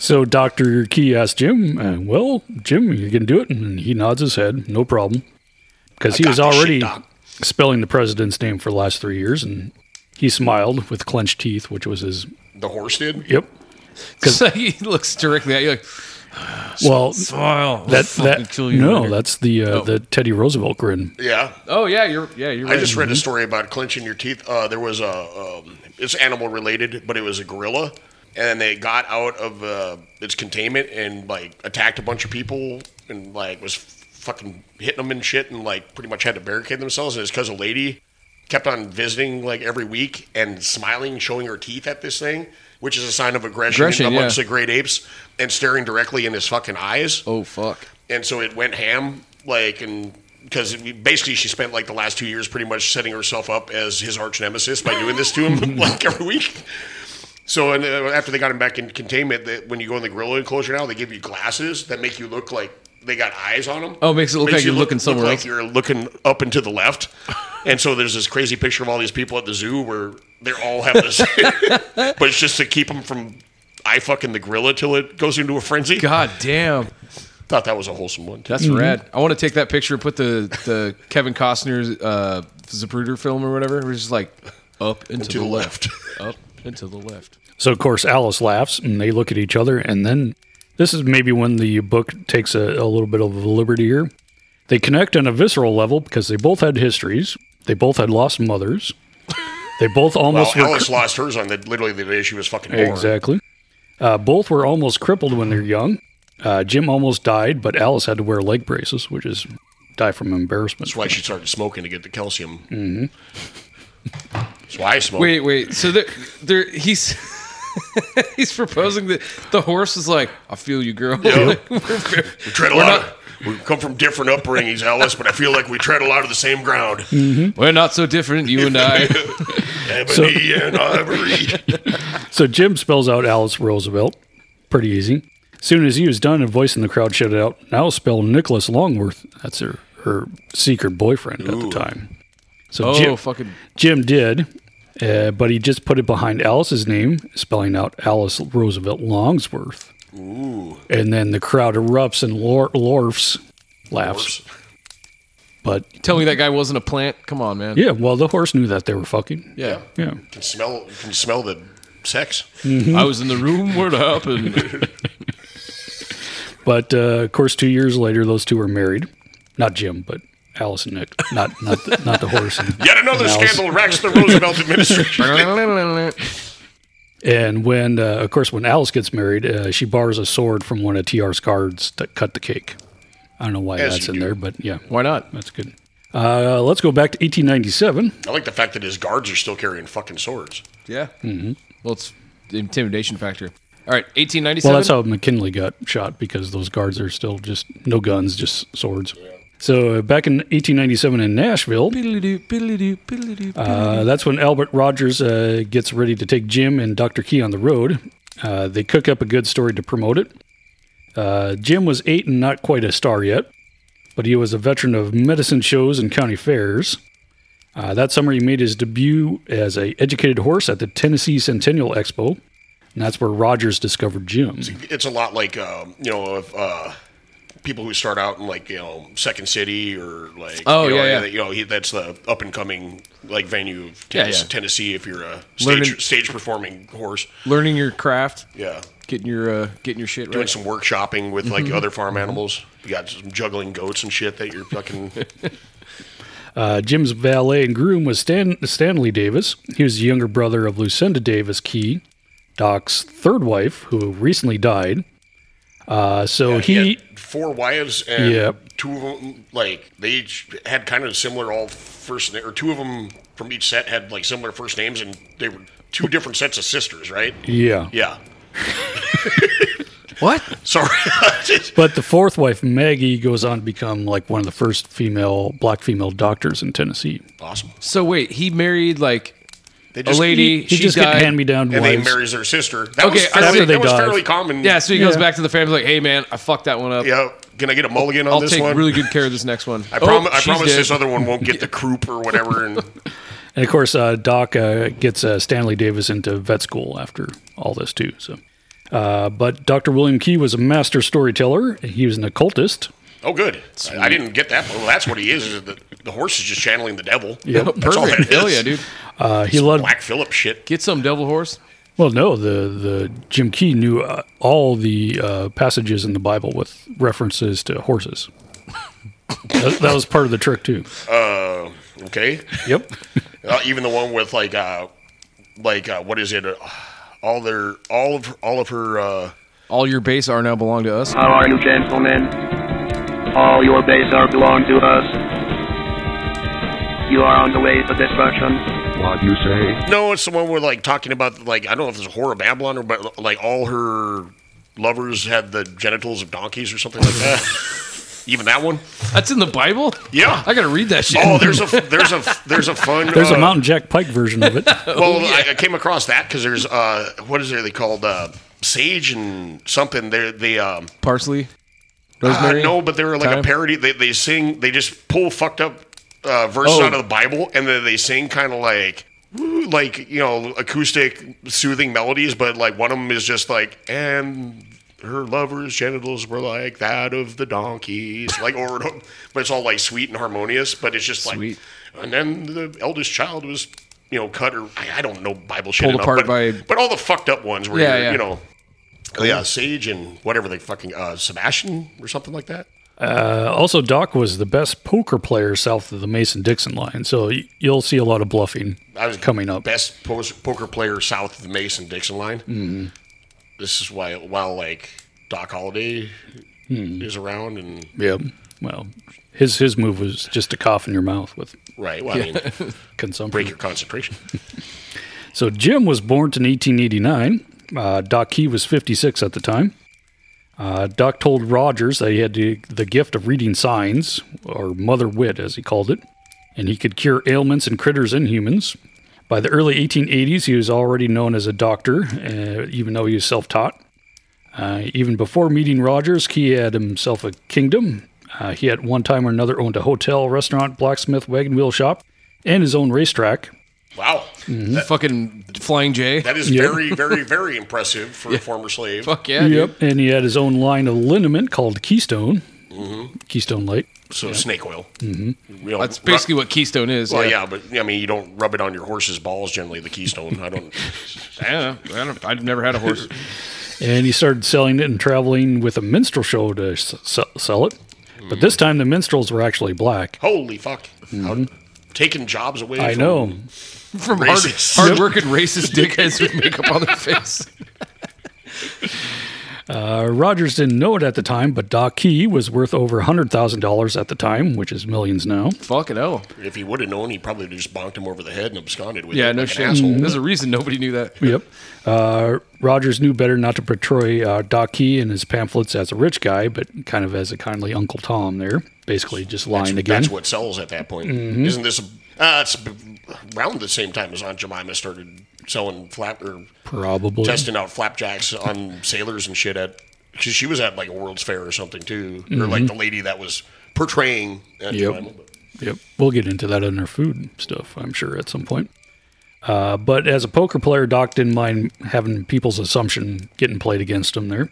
So Doctor Key asked Jim, uh, "Well, Jim, you can do it," and he nods his head, no problem, because he got was this shit, already Doc. spelling the president's name for the last three years, and he smiled with clenched teeth, which was his The horse did. yep. Because he looks directly at you like, Well, smile. that fucking that kill you no, later." that's the uh, Oh. the Teddy Roosevelt grin. Yeah. Oh yeah, you're yeah you're. Right. I just read a story about clenching your teeth. Uh, there was a, um, it's animal related, but it was a gorilla, and they got out of uh, its containment and like attacked a bunch of people and like was fucking hitting them and shit, and like pretty much had to barricade themselves. And it's because a lady kept on visiting like every week and smiling, showing her teeth at this thing, which is a sign of aggression, Aggression, amongst yeah. the great apes, and staring directly in his fucking eyes Oh fuck. and so it went ham like and because basically she spent like the last two years pretty much setting herself up as his arch nemesis by doing this to him like every week So and uh, after they got him back in containment, that when you go in the gorilla enclosure now, they give you glasses that make you look like they got eyes on them. Oh, makes it look like you're looking somewhere like else. you're looking up and to the left. And so there's this crazy picture of all these people at the zoo where they all have this, but it's just to keep them from eye fucking the gorilla till it goes into a frenzy. God damn. Thought that was a wholesome one. That's rad. I want to take that picture and put the, the Kevin Costner's uh, Zapruder film or whatever. We're just like up and to, to the left. Up and to the left. So, of course, Alice laughs and they look at each other. And then this is maybe when the book takes a, a little bit of a liberty here. They connect on a visceral level because they both had histories, they both had lost mothers, they both Well, almost were. Alice lost hers on the literally the day she was fucking born. Exactly. Uh, both were almost crippled when they're young. Uh, Jim almost died, but Alice had to wear leg braces, which is die from embarrassment. That's why she started smoking to get the calcium. Mm-hmm. That's why I smoke. Wait, wait. So there, there he's he's proposing that the horse is like, I feel you, girl. Like, we're very- we tread a lot. of- we come from different upbringings, Alice, but I feel like we tread a lot of the same ground. we're not so different, you and I. Ebony and ivory. So Jim spells out Alice Roosevelt. Pretty easy. Soon as he was done, a voice in the crowd shouted out, Now spell Nicholas Longworth. That's her, her secret boyfriend at the time. So Oh, Jim, fucking. Jim did, uh, but he just put it behind Alice's name, spelling out Alice Roosevelt Longsworth. Ooh. And then the crowd erupts and lor- lorfs, laughs. But Tell me that guy wasn't a plant. Come on, man. yeah, well, the horse knew that they were fucking. Yeah. Yeah. Can smell. Can smell the sex. Mm-hmm. I was in the room where it happened. But uh, of course, two years later, those two were married. Not Jim, but Alice and Nick. Not not the, not the horse. And, Yet another and Alice. scandal racks the Roosevelt administration. And when, uh, of course, when Alice gets married, uh, she borrows a sword from one of Tr's cards to cut the cake. I don't know why As that's you in do. there, but yeah, Why not? that's good. Uh, let's go back to 1897. I like the fact that his guards are still carrying fucking swords. Yeah. Mm-hmm. Well, it's the intimidation factor. All right, 1897. Well, that's how McKinley got shot because those guards are still just no guns, just swords. So uh, back in 1897 in Nashville, Uh, that's when Albert Rogers uh, gets ready to take Jim and Dr. Key on the road. Uh, they cook up a good story to promote it. Uh, Jim was eight and not quite a star yet, but he was a veteran of medicine shows and county fairs. Uh, that summer, he made his debut as a educated horse at the Tennessee Centennial Expo, and that's where Rogers discovered Jim. It's a lot like um, you know if, uh, people who start out in like you know Second City or like Oh, you know, yeah, yeah. you know he, that's the up and coming like venue of Yeah, Tennessee, yeah. Tennessee if you're a Learning- stage, stage performing horse. Learning your craft, Yeah. getting your uh, getting your shit Doing right. some workshopping with Mm-hmm. like other farm animals. You got some juggling goats and shit that you're fucking. Uh, Jim's valet and groom was Stan- Stanley Davis. He was the younger brother of Lucinda Davis Key, Doc's third wife, who recently died. Uh, so he, had four wives and Yep. two of them like they each had kind of similar all first na- or two of them from each set had like similar first names and they were two different sets of sisters, right? yeah. Yeah. What? Sorry. But the fourth wife, Maggie, goes on to become like one of the first female black female doctors in Tennessee. awesome. So wait, he married like They a lady. He she just died. get hand me down and they wives. marries their sister. That was Okay, fairly, after they that was died. fairly common. Yeah, so he goes Yeah. back to the family like, "Hey man, I fucked that one up. Yeah. Can I get a mulligan on I'll this take one? really good care of this next one." Oh, I, prom- I she's promise dead. this other one won't get the croup or whatever. And and of course, uh, Doc uh, gets uh, Stanley Davis into vet school after all this too. So, uh, but Dr. William Key was a master storyteller. He was an occultist. oh, good. I, I didn't get that. Well, that's what he is. is the, the horse is just channeling the devil. Yep. That's all Perfect. that Hell is. yeah, dude. Uh, he led Black Phillip shit. Get some devil horse. Well, no, the the Jim Key knew uh, all the uh, passages in the Bible with references to horses. that, that was part of the trick too. Okay. Yep. Uh, even the one with like, uh, like uh, what is it? Uh, all their, all of, all of her. Uh, All your base are now belong to us. How are you, gentlemen? All your base are belong to us. You are on the way to destruction. What you say? no, it's the one where like talking about like I don't know if it's a horror of Babylon or but like all her lovers had the genitals of donkeys or something like that. Even that one? That's in the Bible. Yeah. I gotta read that shit. Oh, there's a there's a there's a fun. There's uh, a Mountain Jack Pike version of it. Uh, Well, I, I came across that because there's uh, what is it they called uh, sage and something. They're they um, parsley, uh, rosemary. no, but they're like a Thyme? parody. They they sing. They just pull fucked up uh, verses Oh. out of the Bible and then they sing kind of like. woo, Like you know, acoustic soothing melodies, but like one of them is just like, and her lover's genitals were like that of the donkeys, like over and over. But it's all like sweet and harmonious. But it's just like, Sweet. and then the eldest child was, you know, cut or I, I don't know Bible shit. Pulled enough, apart but, by- but all the fucked up ones where Yeah, you're, yeah. you know, Oh, yeah, Sage and whatever they fucking uh, Sebastian or something like that. Uh, also, Doc was the best poker player south of the Mason Dixon line, so y- you'll see a lot of bluffing I was coming up. best po- poker player south of the Mason Dixon line. Mm-hmm. This is why while like Doc Holliday is around and Yeah. Well, his his move was just to cough in your mouth with right, well, I mean, consumption. break your concentration. So Jim was born in 1889. Uh, Doc Key was 56 at the time. Uh, Doc told Rogers that he had the, the gift of reading signs, or mother wit, as he called it, and he could cure ailments and critters in humans. By the early 1880s, he was already known as a doctor, uh, even though he was self taught. Uh, even before meeting Rogers, Key had himself a kingdom. Uh, he at one time or another owned a hotel, restaurant, blacksmith, wagon wheel shop, and his own racetrack. Wow, fucking flying J. that is very, very, very impressive for a former slave. Fuck yeah, dude. And he had his own line of liniment called Keystone. Mm-hmm. Keystone Light. So snake oil. Mm-hmm. You know, That's ru- basically what Keystone is. Well, yeah, but I mean, you don't rub it on your horse's balls. Generally, the Keystone. I don't. yeah. I, don't, I don't, I've never had a horse. And he started selling it and traveling with a minstrel show to s- s- sell it. But Mm. this time the minstrels were actually black. Holy fuck! How- taking jobs away. Mm-hmm. I from- know. From hard, Racist. hard-working racist dickheads with makeup on their face. Uh, Rogers didn't know it at the time, but Doc Key was worth over $100,000 at the time, which is millions now. Fucking hell. If he would have known, he probably just bonked him over the head and absconded with Yeah, it. no like an shit. Mm, asshole. There's a reason nobody knew that. Yep. Uh, Rogers knew better not to portray uh, Doc Key in his pamphlets as a rich guy, but kind of as a kindly Uncle Tom there. Basically just lying again. Mm-hmm. That's what sells at that point. Isn't this? Uh, it's b- around the same time as Aunt Jemima started selling flap or Probably. testing out flapjacks on sailors and shit at. Cause she was at like a World's Fair or something too, or like the lady that was portraying Aunt Mm-hmm. Yep. Jemima. But Yep. We'll get into that on our food stuff, I'm sure, at some point. Uh, but as a poker player, Doc didn't mind having people's assumption getting played against him there.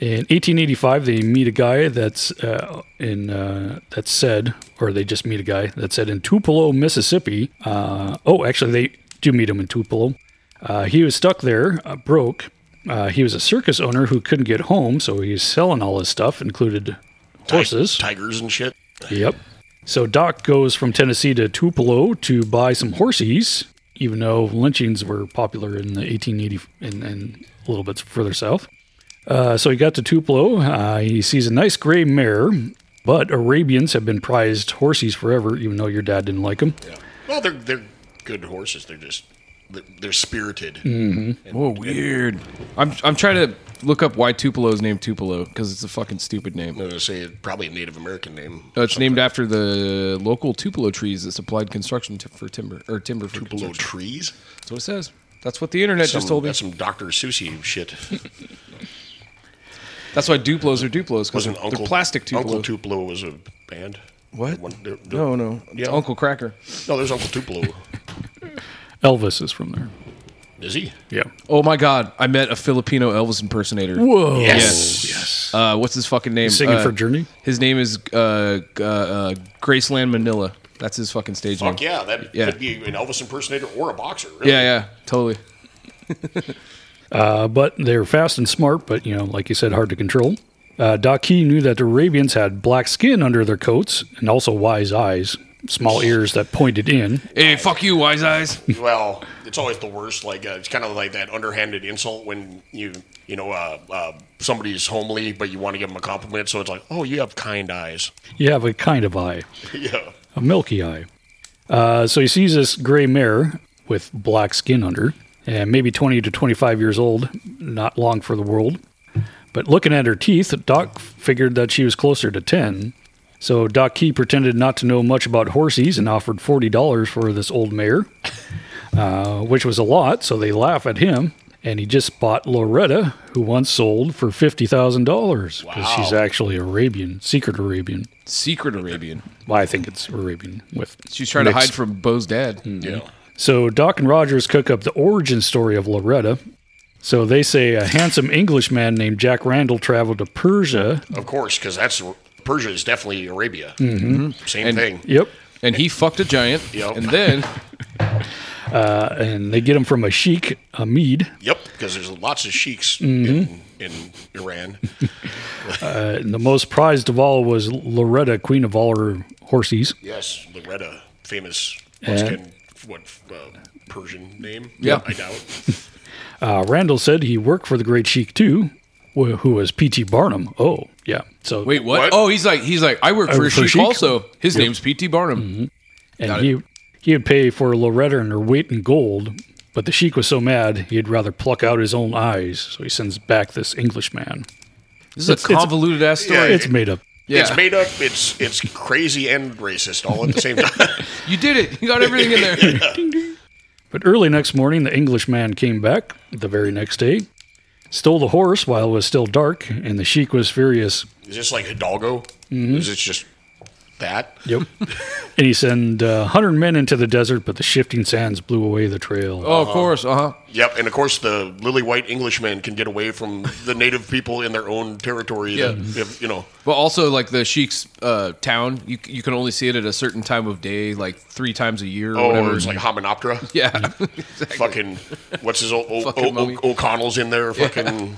In 1885, they meet a guy that's uh, in uh, that said, or they just meet a guy that said in Tupelo, Mississippi. Uh, oh, actually, they do meet him in Tupelo. Uh, he was stuck there, uh, broke. Uh, he was a circus owner who couldn't get home, so he's selling all his stuff, included horses. tigers and shit. Yep. So Doc goes from Tennessee to Tupelo to buy some horses, even though lynchings were popular in the 1880 and, and a little bit further south. Uh, so he got to Tupelo. Uh, he sees a nice gray mare, but Arabians have been prized horses forever, even though your dad didn't like them. Well, they're they're good horses. They're just they're, they're spirited. Mm. Whoa, weird. I'm I'm trying to look up why Tupelo's named Tupelo because it's a fucking stupid name. I'm gonna say it- probably a Native American name. Uh, it's named after the local Tupelo trees that supplied construction ti- for timber or timber for Below construction. trees. That's what it says. That's what the internet Some, just told me. That's some Doctor Susie shit. That's why Duplos are Duplos because Wasn't they're, Uncle they're plastic Tupelo. Uncle Tupelo was a band. What? One- they're- they're- no, no. It's Yeah. Uncle Cracker. No, there's Uncle Tupelo. Elvis is from there. Is he? Yeah. Oh my God! I met a Filipino Elvis impersonator. Whoa. Yes. Yes. Uh, what's his fucking name? Singing Uh, for Journey? His name is uh, uh, uh, Graceland Manila. That's his fucking stage name. Fuck yeah, that Yeah. could be an Elvis impersonator or a boxer. really. Yeah, yeah, totally. Uh, but they were fast and smart, but you know, like you said, hard to control. Uh, Doc Key knew that the Arabians had black skin under their coats and also wise eyes, small ears that pointed in. Hey, fuck you, wise eyes. Well, it's always the worst. Like uh, it's kind of like that underhanded insult when you you know uh, uh, somebody's homely, but you want to give them a compliment. So it's like, oh, you have kind eyes. You have a kind of eye, yeah. a milky eye. Uh, so he sees this gray mare with black skin under, and maybe 20 to 25 years old, not long for the world. But looking at her teeth, Doc figured that she was closer to 10. So Doc Key pretended not to know much about horses and offered $40 for this old mare, uh, which was a lot, so they laugh at him. And he just bought Loretta, who once sold for $50,000 because she's actually Arabian, secret Arabian. Secret Arabian. Well, I think it's Arabian with. She's trying to hide from Bo's dad. Yeah. So Doc and Rogers cook up the origin story of Loretta. So they say a handsome Englishman named Jack Randall traveled to Persia. Of course, because that's Persia is definitely Arabia. Same Mm-hmm. And- thing. Yep. And he fucked a giant. Yep. And then And they get him from a sheik, Hamid, Yep, because there's lots of sheiks Mm-hmm. in, in Iran. And the most prized of all was Loretta, queen of all her horses. Yes, Loretta, famous And- Ruskin, what uh, Persian name? Yeah. I doubt. Uh, Randall said he worked for the great sheik too, wh- who was P.T. Barnum. Oh, yeah. So wait, what? What? Oh, he's like he's like I work I for a work for sheik Mm-hmm. Sheik. also. His name's P.T. Barnum. and he he would pay for Loretta and her weight in gold, but the sheik was so mad he'd rather pluck out his own eyes. So he sends back this Englishman. This is a It's- it's- convoluted ass Yeah, story. It's made up. Yeah. It's made up. It's it's crazy and racist all at the same time. you did it. You got everything in there. But early next morning, the Englishman came back the very next day, stole the horse while it was still dark, and the sheik was furious. is this like Hidalgo? Mm-hmm. Is this just that? Yep. and he sent uh, 100 men into the desert, but the shifting sands blew away the trail. oh, of Uh-huh. course. Uh huh. Yep. And of course, the lily white Englishmen can get away from the native people in their own territory. Yeah. Yeah. you know. But also, like the sheik's uh, town, you you can only see it at a certain time of day, like three times a year or Oh, whatever. it's like Hominoptera. yeah, Fucking what's his old o- Fucking O- mummy. O- O'Connell's in there? Fucking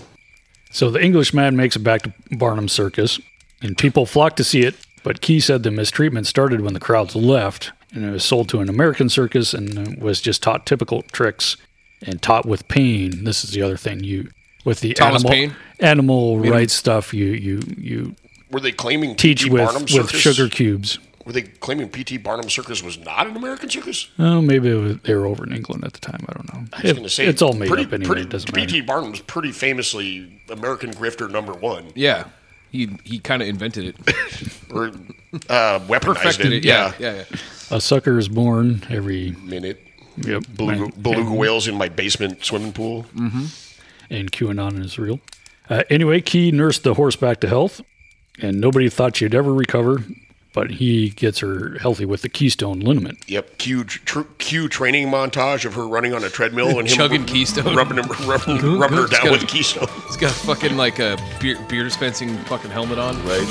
So the Englishman makes it back to Barnum Circus, and people flock to see it. But Key said the mistreatment started when the crowds left, and it was sold to an American circus and was just taught typical tricks and taught with pain. This is the other thing you with the Thomas animal Paine? animal rights stuff you you you were they claiming teach P.T. with Barnum with Circus? sugar cubes. Were they claiming P.T. Barnum Circus was not an American circus? Oh, maybe it was, they were over in England at the time. I don't know. I was gonna say, it's all made pretty- up anyway. pretty- it doesn't matter. P.T. Barnum was pretty famously American grifter number one, yeah. He he kind of invented it, or uh, weaponized perfected it. it. Yeah, yeah, yeah. A sucker is born every minute. yep, Beluga, beluga Mm-hmm. whales in my basement swimming pool. and QAnon is real. Uh, anyway, Key nursed the horse back to health, and nobody thought she'd ever recover, but he gets her healthy with the Keystone liniment. Yep. Cue tr- cue training montage of her running on a treadmill and him Chugging Keystone. rubbing, him, rubbing, rubbing her It's down gotta- with Keystone. He's got a fucking like a beer, beer dispensing fucking helmet on. Right.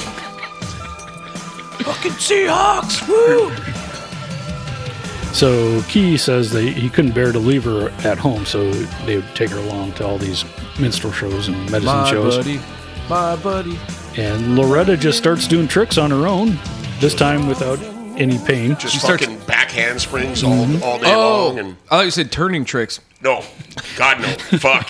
So Key says that he couldn't bear to leave her at home, so they would take her along to all these minstrel shows and medicine My shows. buddy, my buddy. And Loretta just starts doing tricks on her own, this time without any pain. Just She starts- fucking back handsprings all, all day Oh, long. I And thought you said turning tricks. no, God no, fuck,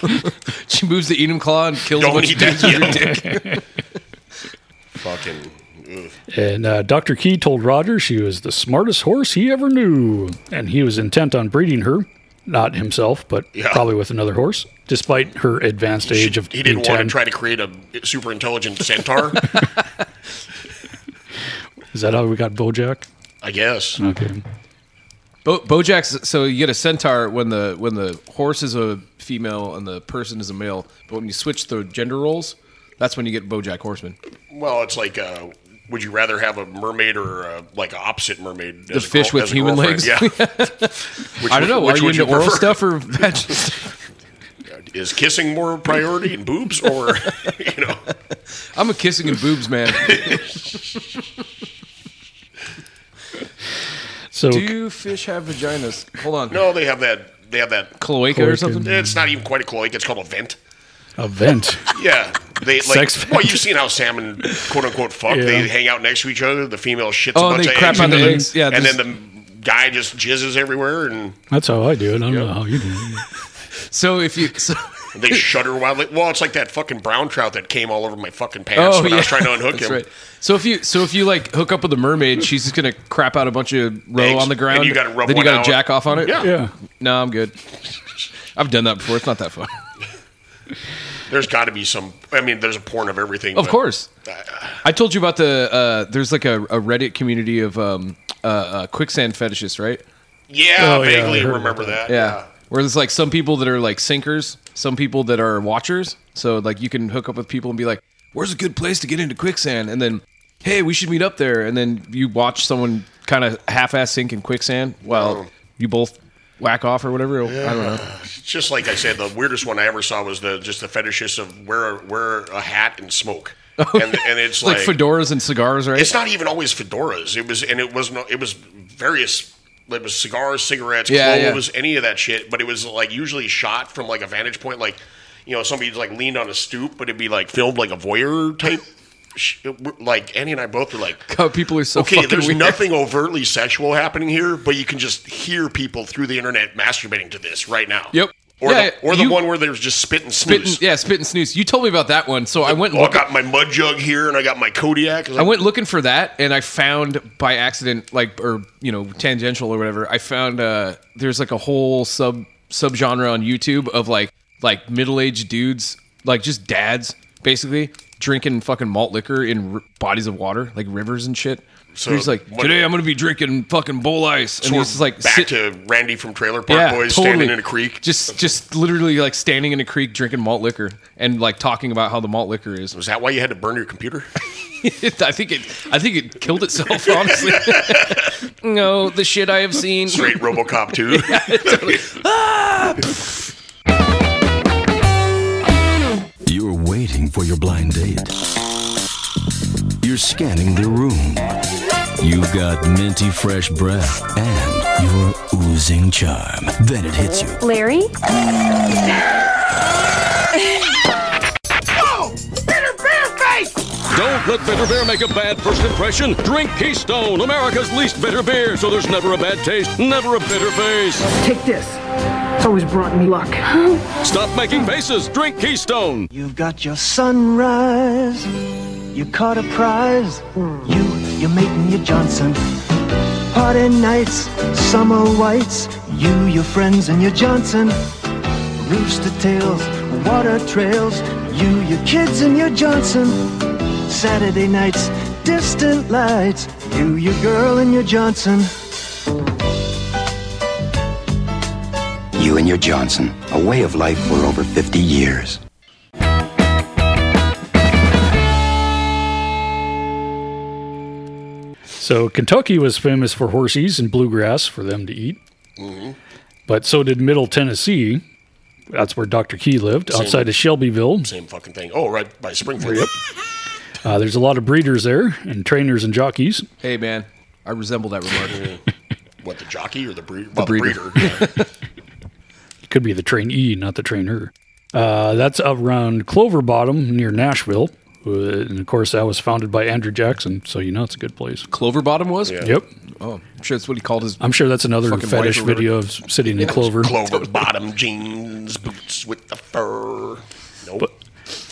She moves the Enum claw and kills a don't bunch eat of that dudes. yellow dick. fucking. ugh. And uh, Dr. Key told Roger she was the smartest horse he ever knew, and he was intent on breeding her, not himself, but Yeah. probably with another horse, despite her advanced age of he didn't being want to 10. try to create a super intelligent centaur. Is that how we got Bojack? I guess. Okay. Bo- Bojack's. So you get a centaur when the when the horse is a female and the person is a male. But when you switch the gender roles, that's when you get Bojack Horseman. Well, it's like, uh, would you rather have a mermaid or uh like an opposite mermaid? The fish with human legs? Yeah. which, I don't know. Which, Are you would into oral prefer? stuff or vaginal stuff? Is kissing more priority in boobs or, you know? I'm a kissing and boobs man. So Do fish have vaginas? Hold on. No, oh, they have that. They have that. Cloaca, or Cloaca. something? It's not even quite a cloaca. It's called a vent. a vent. Yeah, they like. Sex vent. Well, you've seen how salmon, quote unquote, fuck. Yeah. They hang out next to each other. The female shits a Oh, and bunch they of crap eggs on in the it, eggs. Yeah, and just- then the guy just jizzes everywhere, and That's how I do it. I don't know how you do it. So if you so, they shudder wildly. Well, it's like that fucking brown trout that came all over my fucking pants when I was trying to unhook Oh, That's him. right. So if you so if you like hook up with a mermaid, she's just gonna crap out a bunch of roe Eggs, on the ground. and you gotta rub Then you one gotta out. jack off on it. Yeah. Yeah. No, I'm good. I've done that before. It's not that fun. There's got to be some. I mean, there's a porn of everything. Of but- uh, course. I told you about the uh, there's like a, a Reddit community of um, uh, uh, quicksand fetishists, right? Yeah, Oh, yeah, I vaguely heard remember that. Yeah. Where there's like some people that are like sinkers, some people that are watchers. So like you can hook up with people and be like, "Where's a good place to get into quicksand?" And then, "Hey, we should meet up there." And then you watch someone kind of half-ass sink in quicksand Oh. while you both whack off or whatever. I don't know. It's Just like I said, the weirdest one I ever saw was the just the fetishist of wear a, wear a hat and smoke, and, and it's It's like, like, fedoras and cigars, right? It's not even always fedoras. It was and it was no, it was various. It was cigars, cigarettes, Yeah, yeah. clothes, any of that shit. But it was like usually shot from like a vantage point, like you know somebody like leaned on a stoop, but it'd be like filmed like a voyeur type. sh- Like Annie and I both were like, God, people are so okay, fucking there's weird. nothing overtly sexual happening here, but you can just hear people through the internet masturbating to this right now. Yep. Or Yeah, the, or the you- one where there's just spit and Spit snooze. and- yeah, spit and snooze. You told me about that one, so I went. Oh, I look- got my mud jug here, and I got my Kodiak. I went looking for that, and I found by accident, like or you know, tangential or whatever. I found uh, there's like a whole sub subgenre on YouTube of like like middle aged dudes, like just dads, basically drinking fucking malt liquor in r- bodies of water, like rivers and shit. So he's like, what- today I'm gonna be drinking fucking bowl ice, and So we're he's just like back sit- to Randy from Trailer Park Boys standing in a creek. just just literally like standing in a creek drinking malt liquor and like talking about how the malt liquor is. Was that why you had to burn your computer? I think it. I think it killed itself. Honestly, no, the shit I have seen. Straight RoboCop 2. You're waiting for your blind date. You're scanning the room. You've got minty fresh breath and your oozing charm. Then it hits you. Larry? Don't let bitter beer make a bad first impression. Drink Keystone, America's least bitter beer, so there's never a bad taste, never a bitter face. Take this. It's always brought me luck. Stop making faces. Drink Keystone. You've got your sunrise. You caught a prize. You, you're making your Johnson. Party nights, summer whites. You, your friends, and your Johnson. Rooster tails, water trails. You, your kids, and your Johnson. Saturday nights, distant lights. You, your girl, and your Johnson. You and your Johnson, a way of life for over 50 years. So Kentucky was famous for horses and bluegrass for them to eat, Mm-hmm. but so did Middle Tennessee. That's where Dr. Key lived, Same- outside of Shelbyville. Same fucking thing. Oh, right by Springfield. Uh, there's a lot of breeders there and trainers and jockeys. Hey man, I resemble that remark. What, the jockey or the breeder? The Well, the breeder. breeder. It could be the trainee, not the trainer. Uh, that's up around Clover Bottom near Nashville. Uh, and of course, that was founded by Andrew Jackson, so you know it's a good place. Clover Bottom was. Yep. Oh, I'm sure that's what he called his. I'm sure that's another Fucking fetish wife or video of sitting in clover. Clover bottom jeans, boots with the fur. Nope.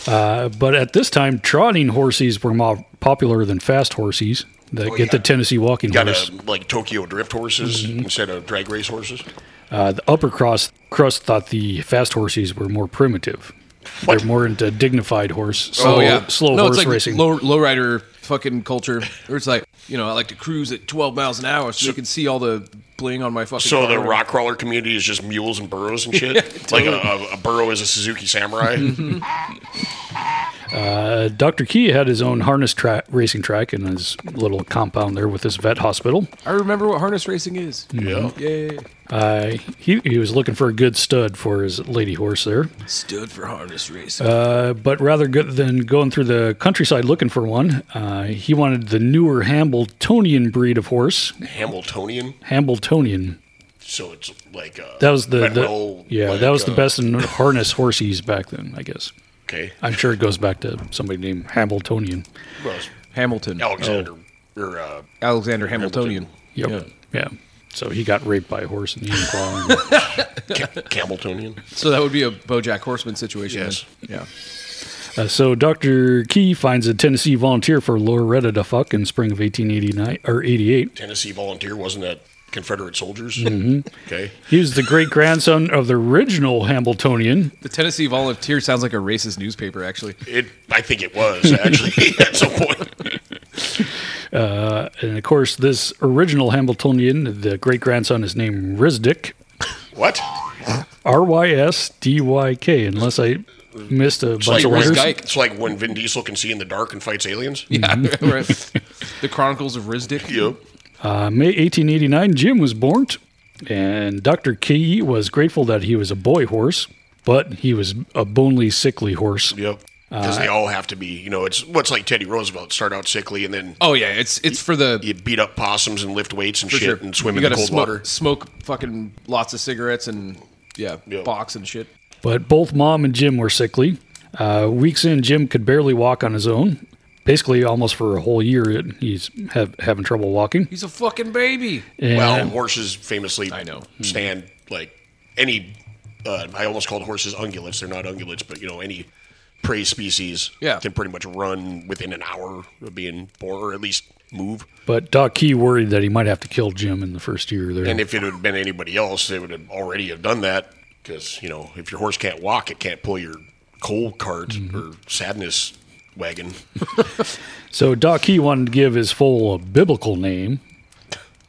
Uh, but at this time, trotting horses were more popular than fast horses that Oh, get the yeah. Tennessee walking Got horse. a, like Tokyo drift horses Mm-hmm. instead of drag race horses. Uh, the upper crust, crust thought the fast horses were more primitive. They're more into dignified horse, slow, oh yeah, slow no, horse it's like racing. Low, lowrider fucking culture. Where it's like you know, I like to cruise at 12 miles an hour so, you can see all the bling on my fucking. So car. the rock crawler community is just mules and burros and shit. like a, a, a burro is a Suzuki Samurai. Mm-hmm. Uh, Dr. Key had his own harness track racing track in his little compound there with his vet hospital. I remember what harness racing is. Yeah. Yay. Uh, he, he was looking for a good stud for his lady horse there. Stood for harness racing. Uh, but rather good than going through the countryside looking for one, uh, he wanted the newer Hamiltonian breed of horse. Hamiltonian. Hamiltonian. So it's like uh, That was the, like the- roll, yeah. like, that was the uh, best in harness horses back then, I guess. Okay. I'm sure it goes back to somebody named Hamiltonian. Well, it's Hamilton. Alexander or uh, Alexander Hamiltonian. Yep. Yeah. Yeah. So he got raped by a horse and he was clawing. Ca- Campbelltonian. So that would be a BoJack Horseman situation. Yes. Then. Yeah. Uh, so Dr. Key finds a Tennessee volunteer for Loretta to fuck in spring of 1889 or 88. Tennessee Volunteer wasn't that Confederate soldiers. Mm-hmm. Mhm. Okay. He was the great grandson of the original Hamiltonian. The Tennessee Volunteer sounds like a racist newspaper, actually. It, I think it was actually at some point. Uh, and of course, this original Hamiltonian, the great grandson is named Rysdick. What? R Y S D Y K, unless I missed a It's bunch like, of letters. when, it's like when Vin Diesel can see in the dark and fights aliens. Yeah, Mhm. right. the Chronicles of Rizdick. Yep. Uh, May 1889, Jim was born, and Dr. Key was grateful that he was a boy horse, but he was a bonely, sickly horse. Yep. Because Uh, they all have to be, you know, it's what's like Teddy Roosevelt start out sickly and then Oh yeah, it's it's for the you beat up possums and lift weights and For shit sure. and swim You in gotta cold smoke, water. Smoke fucking lots of cigarettes and yeah, box and shit. But both mom and Jim were sickly. Uh, weeks in, Jim could barely walk on his own. Basically, almost for a whole year, it- he's have, having trouble walking. He's a fucking baby. Yeah. Well, horses famously I know Hmm. stand like any. Uh, I almost called horses ungulates. They're not ungulates, but you know any prey species Yeah. can pretty much run within an hour of being born, or at least move. But Doc Key worried that he might have to kill Jim in the first year there. And if it had been anybody else, they would have already have done that because you know if your horse can't walk, it can't pull your coal cart or sadness wagon. so Doc Key wanted to give his foal a biblical name,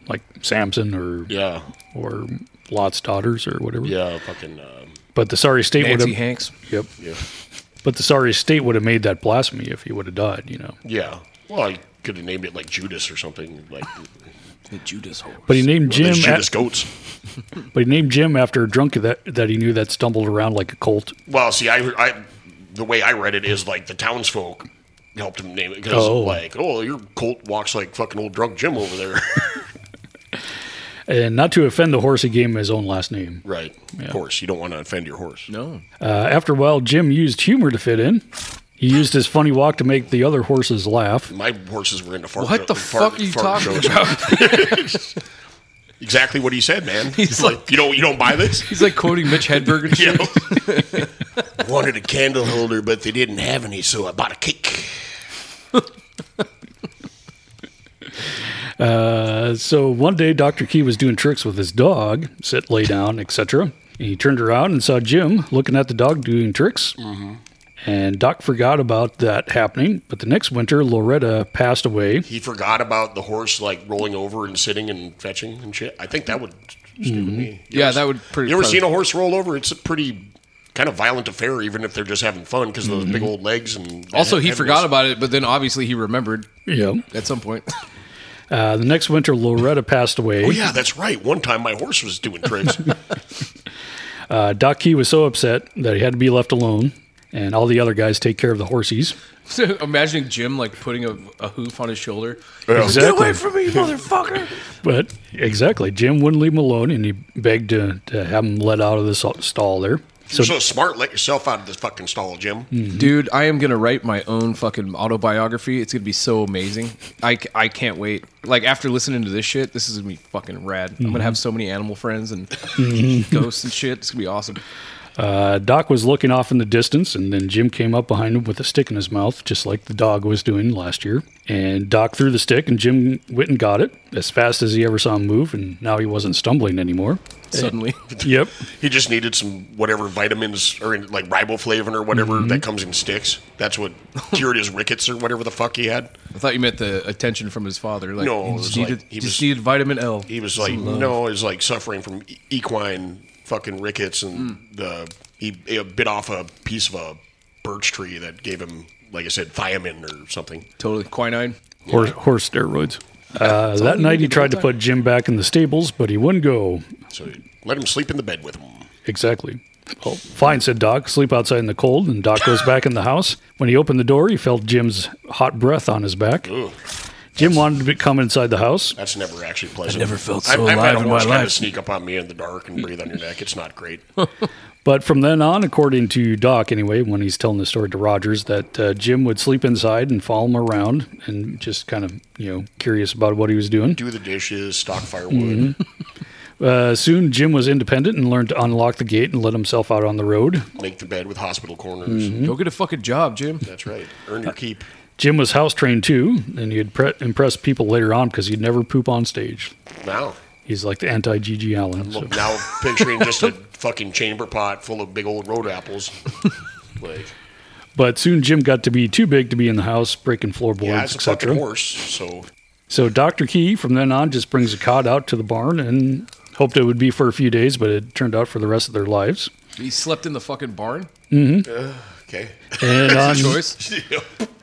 like Samson or yeah or Lot's daughters or whatever. Yeah, fucking. Um, But the sorry state would Nancy have Hanks. Yep. Yeah. But the sorry state would have made that blasphemy if he would have died. You know. Yeah. Well, I could have named it like Judas or something like the Judas horse. But he named Jim Judas at- goats. But he named Jim after a drunk that that he knew that stumbled around like a colt. Well, see, I, I the way I read it is like the townsfolk helped him name it because Oh. like, oh, your colt walks like fucking old drunk Jim over there, And not to offend the horse, he gave him his own last name. right? Of course, you don't want to offend your horse. No. Uh, after a while, Jim used humor to fit in. He used his funny walk to make the other horses laugh. My horses were into fart. What the fart- fuck are you fart talking jokes. exactly what he said, man. He's like, you don't, you don't buy this. He's like quoting Mitch Hedberg and shit. Wanted a candle holder, but they didn't have any, so I bought a cake. Uh, so one day, Dr. Key was doing tricks with his dog, sit, lay down, etc. And he turned around and saw Jim looking at the dog doing tricks. Mm-hmm. And Doc forgot about that happening. But the next winter, Loretta passed away. He forgot about the horse like rolling over and sitting and fetching and shit. I think that would Mhm. You Mm-hmm. yeah, ever- that would pretty. You ever probably- seen a horse roll over? It's a pretty kind of violent affair, even if they're just having fun because of Mhm. those big old legs and. Also, he and- forgot about it, but then obviously he remembered. Yeah. At some point. Uh, the next winter, Loretta passed away. Oh yeah, that's right. One time my horse was doing tricks. Uh, Doc Key was so upset that he had to be left alone, and all the other guys take care of the horsies. So imagining Jim like putting a, a hoof on his shoulder. Yeah. Get away Exactly. from me, motherfucker! But exactly, Jim wouldn't leave him alone, and he begged to, to have him let out of the s- stall there. So, You're so smart. Let yourself out of this fucking stall, Jim. Dude, I am gonna write my own fucking autobiography. It's gonna be so amazing. I, c- I can't wait. Like after listening to this shit, this is gonna be fucking rad. I'm Mhm. gonna have so many animal friends and Mhm. ghosts and shit. It's gonna be awesome. uh, Doc was looking off in the distance, and then Jim came up behind him with a stick in his mouth, just like the dog was doing last year. And Doc threw the stick, and Jim went and got it as fast as he ever saw him move, and now he wasn't stumbling anymore. Suddenly. Yep. He just needed some whatever vitamins or in, like riboflavin or whatever Mm-hmm. Mhm. that comes in sticks. That's what cured his rickets or whatever the fuck he had. I thought you meant the attention from his father. Like no, he it just was needed, like, he just was- needed vitamin L. He was like, Some uh, love. no, is like suffering from e- equine fucking rickets, and Hmm. the he, he bit off a piece of a birch tree that gave him, like I said, thiamine or something. Totally quinine. Horse, horse steroids. Uh, all that you night, need he the tried to whole time. put Jim back in the stables, but he wouldn't go. So let him sleep in the bed with him. Exactly. Well, fine, said Doc. Sleep outside in the cold. And Doc goes back in the house. When he opened the door, he felt Jim's hot breath on his back. Jim wanted to be- come inside the house. That's never actually pleasant. never felt I've- so I've alive had a in horse my kinda life. sneak up on me in the dark and breathe on your neck. It's not great. But from then on, according to Doc, anyway, when he's telling the story to Rogers, that uh, Jim would sleep inside and follow him around and just kind of, you know, curious about what he was doing. Do the dishes, stock firewood. Mhm. Uh, soon, Jim was independent and learned to unlock the gate and let himself out on the road. Make the bed with hospital corners. Mhm. Go get a fucking job, Jim. That's right. Earn your keep. Jim was house trained too, and he'd pre- impress people later on because he'd never poop on stage. Wow. He's like the anti G.G. Allen. so- Look, now picturing just a fucking chamber pot full of big old road apples. like, But soon Jim got to be too big to be in the house, breaking yeah, floorboards, it's a fucking etc. horse. So So Dr. Key from then on just brings a cod out to the barn and hoped it would be for a few days, but it turned out for the rest of their lives. He slept in the fucking barn. Mhm. okay. And on, choice.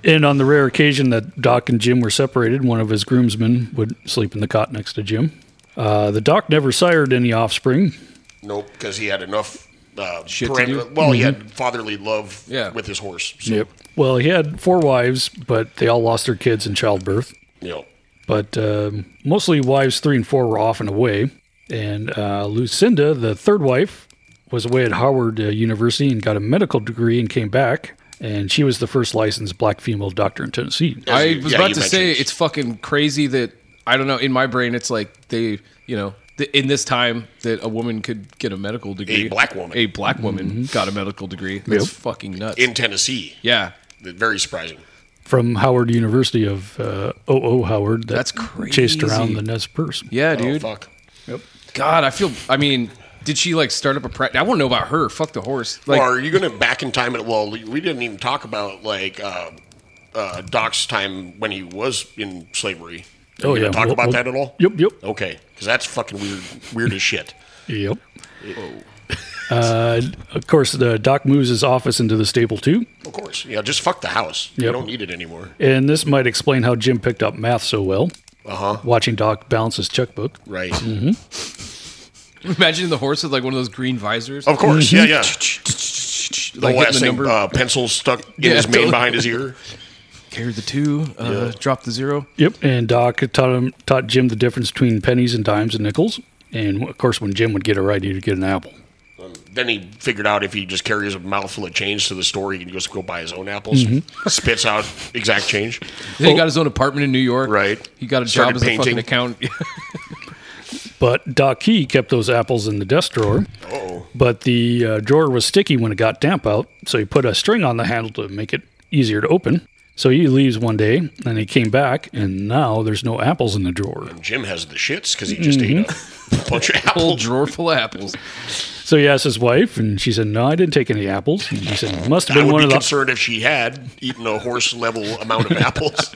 and on the rare occasion that Doc and Jim were separated, one of his groomsmen would sleep in the cot next to Jim. Uh, the Doc never sired any offspring. nope, because he had enough. Uh, Shit to parental- do. well, he Mhm. had fatherly love with his horse. So, Well, he had four wives, but they all lost their kids in childbirth. Yep. But um mostly wives three and four were off and away. And uh, Lucinda, the third wife, was away at Howard uh, University and got a medical degree and came back. And she was the first licensed black female doctor in Tennessee. I was about to say it's fucking crazy that I don't know. In my brain, it's like they, you know, th- in this time that a woman could get a medical degree, black woman. a black woman got a medical degree. That's Yep. fucking nuts. in Tennessee. Yeah, very surprising. From Howard University of uh, O.O. Howard. That That's Chased around crazy. the Nez Perce. Yeah, dude. Oh, fuck. Yep. God, I feel. I mean, did she like start up a practice? I want to know about her. Fuck the horse. Like, or are you going to back in time? At, well, we didn't even talk about like uh, uh, Doc's time when he was in slavery. Are Oh, you gonna yeah. Talk Well- about well- that at all? Yep, yep. Okay, because that's fucking weird, weird as shit. Yep. Uh, of course, the Doc moves his office into the stable too. Of course, yeah. Just fuck the house. You Yep. don't need it anymore. And this might explain how Jim picked up math so well. Uh-huh. Watching Doc balance his checkbook. Right. hmm imagine the horse with like one of those green visors. Of course, yeah, yeah. Mm-hmm. Like the hitting last the thing, number. uh, pencil stuck in Yeah, his mane totally. behind his ear. Carry the two, uh, drop the zero. Yep. And Doc taught him taught Jim the difference between pennies and dimes and nickels. And of course, when Jim would get it right, he'd get an apple. Then he figured out if he just carries a mouthful of change to the store, he can just go buy his own apples. Mhm. Spits out exact change. Then he got his own apartment in New York. Oh. Right. He got a Started job as a fucking painting. accountant. But Doc Key kept those apples in the desk drawer. Oh. But the uh, drawer was sticky when it got damp out, so he put a string on the handle to make it easier to open. So he leaves one day, and he came back, and now there's no apples in the drawer. Jim has the shits because he just ate a bunch of apples. Whole drawer full of apples. So he asked his wife, and she said, "No, I didn't take any apples." And he said, "It "Must have I been would one be of the." concerned if she had eaten a horse level amount of apples.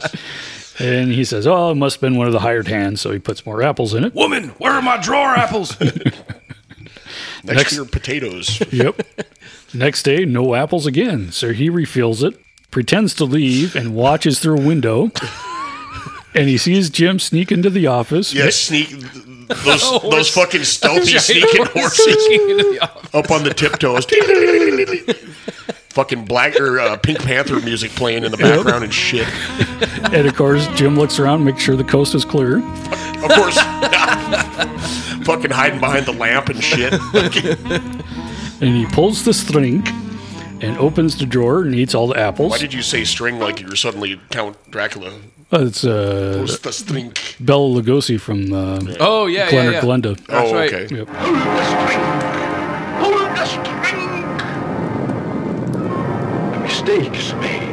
And he says, "Oh, it must have been one of the hired hands." So he puts more apples in it. Woman, where are my drawer apples? Next, Next- year, potatoes. yep. Next day, no apples again. So he refills it, pretends to leave, and watches through a window. And he sees Jim sneak into the office. Yeah, sneak those Horse. those fucking stealthy Yeah, sneaking horse horses up on the tiptoes. fucking black or uh, Pink Panther music playing in the Yep. background and shit. And of course, Jim looks around, makes sure the coast is clear. Of course, fucking hiding behind the lamp and shit. And he pulls the string and opens the drawer and eats all the apples. Why did you say string like you were suddenly Count Dracula? Uh, it's uh, Pulls the string. Bella Lugosi from uh, Oh, yeah, yeah, Glen or yeah. Glenda. Oh, That's right. okay. Yep. Mistakes made.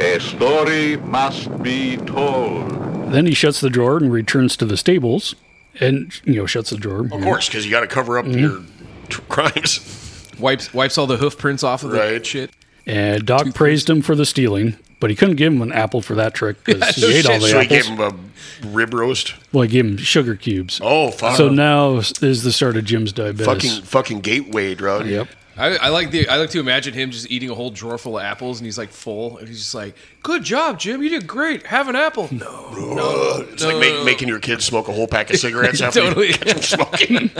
A story must be told. Oh. Then he shuts the drawer and returns to the stables, and you know shuts the drawer. Of course, because you got to cover up Mhm. your tr- crimes. Wipes wipes all the hoof prints off of the shit. And Doc praised him for the stealing, but he couldn't give him an apple for that trick because so he ate all the he apples. gave him a rib roast. well, he gave him sugar cubes. Oh, fuck. So now is the start of Jim's diabetes. Fucking fucking gateway drug. Yep. I, I like the I like to imagine him just eating a whole drawer full of apples and he's like full and he's just like, Good job, Jim, you did great. Have an apple. No. It's like make, making your kids smoke a whole pack of cigarettes after Totally. you catch 'em smoking.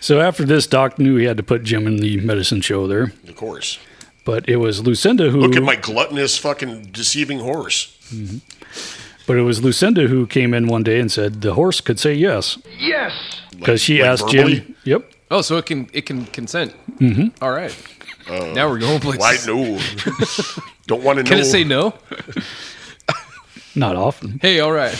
So after this, Doc knew he had to put Jim in the medicine show there, of course. but it was Lucinda who Look Mm-hmm. at my gluttonous fucking deceiving horse. But it was Lucinda who came in one day and said the horse could say yes Yes. because she asked Jim. Yep. Oh, so it can it can consent. Mhm. All right. now we're going places. Oh. Why no? Don't want to know. Can it say no? Not often. Hey, all right.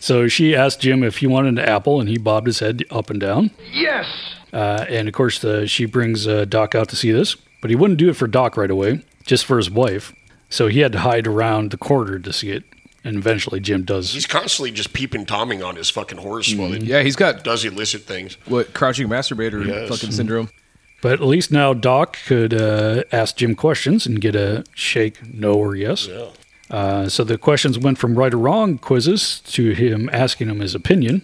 So she asked Jim if he wanted an apple, and he bobbed his head up and down. Yes. Uh, and of course, the, she brings uh, Doc out to see this, but he wouldn't do it for Doc right away, just for his wife. So he had to hide around the corner to see it. And eventually Jim does. He's constantly just peeping tomming on his fucking horse while he Yeah, he's got does illicit things. what crouching masturbator Yes. fucking syndrome. But at least now Doc could uh, ask Jim questions and get a shake, no or yes. Uh, so the questions went from right or wrong quizzes to him asking him his opinion.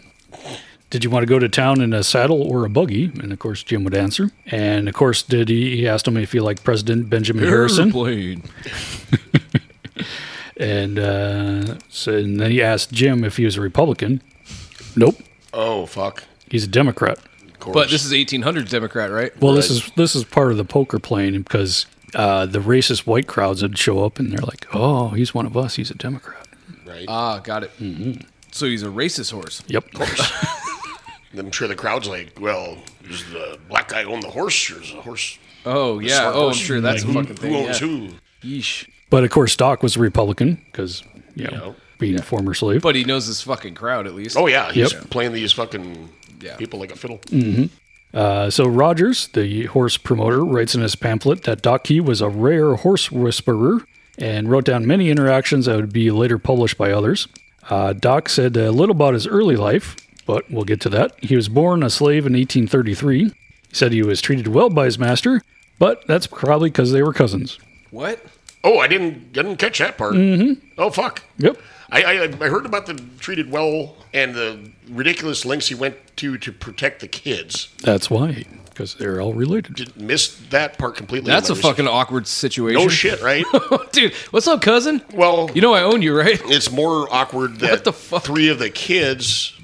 Did you want to go to town in a saddle or a buggy? And of course, Jim would answer. And of course, did he, he asked him if he liked President Benjamin Harrison? Airplane. And uh, so and then he asked Jim if he was a Republican. Nope, Oh fuck! he's a Democrat. But this is 1800s Democrat, right? Well, this is this is part of the poker playing because uh, the racist white crowds would show up and they're like, "Oh, he's one of us. He's a Democrat." Right. Ah, got it. Mm-hmm. So he's a racist horse. Yep. I'm sure the crowd's like, well, does the black guy own the horse or is the horse? Oh the yeah. smart Oh, I'm horse? sure that's Like, a fucking who, thing. Who owns yeah. who? Yeesh. But of course, Doc was a Republican because you know, being a former slave. But he knows his fucking crowd at least. Oh yeah, he's Yep. playing these fucking people like a fiddle. Mm. hmm Uh, so Rogers, the horse promoter, writes in his pamphlet that Doc Key was a rare horse whisperer and wrote down many interactions that would be later published by others. Uh, Doc said a little about his early life, but we'll get to that. He was born a slave in 1833. He said he was treated well by his master, but that's probably because they were cousins. What? Oh, I didn't didn't catch that part. Mhm. Mm-hmm. Oh fuck. Yep. I, I I heard about the treated well and the ridiculous lengths he went to to protect the kids. That's why, because they're all related. Did, missed that part completely. That's a in my research. fucking awkward situation. no shit, right? dude. What's up, cousin? Well, you know I own you, right? It's more awkward that the three of the kids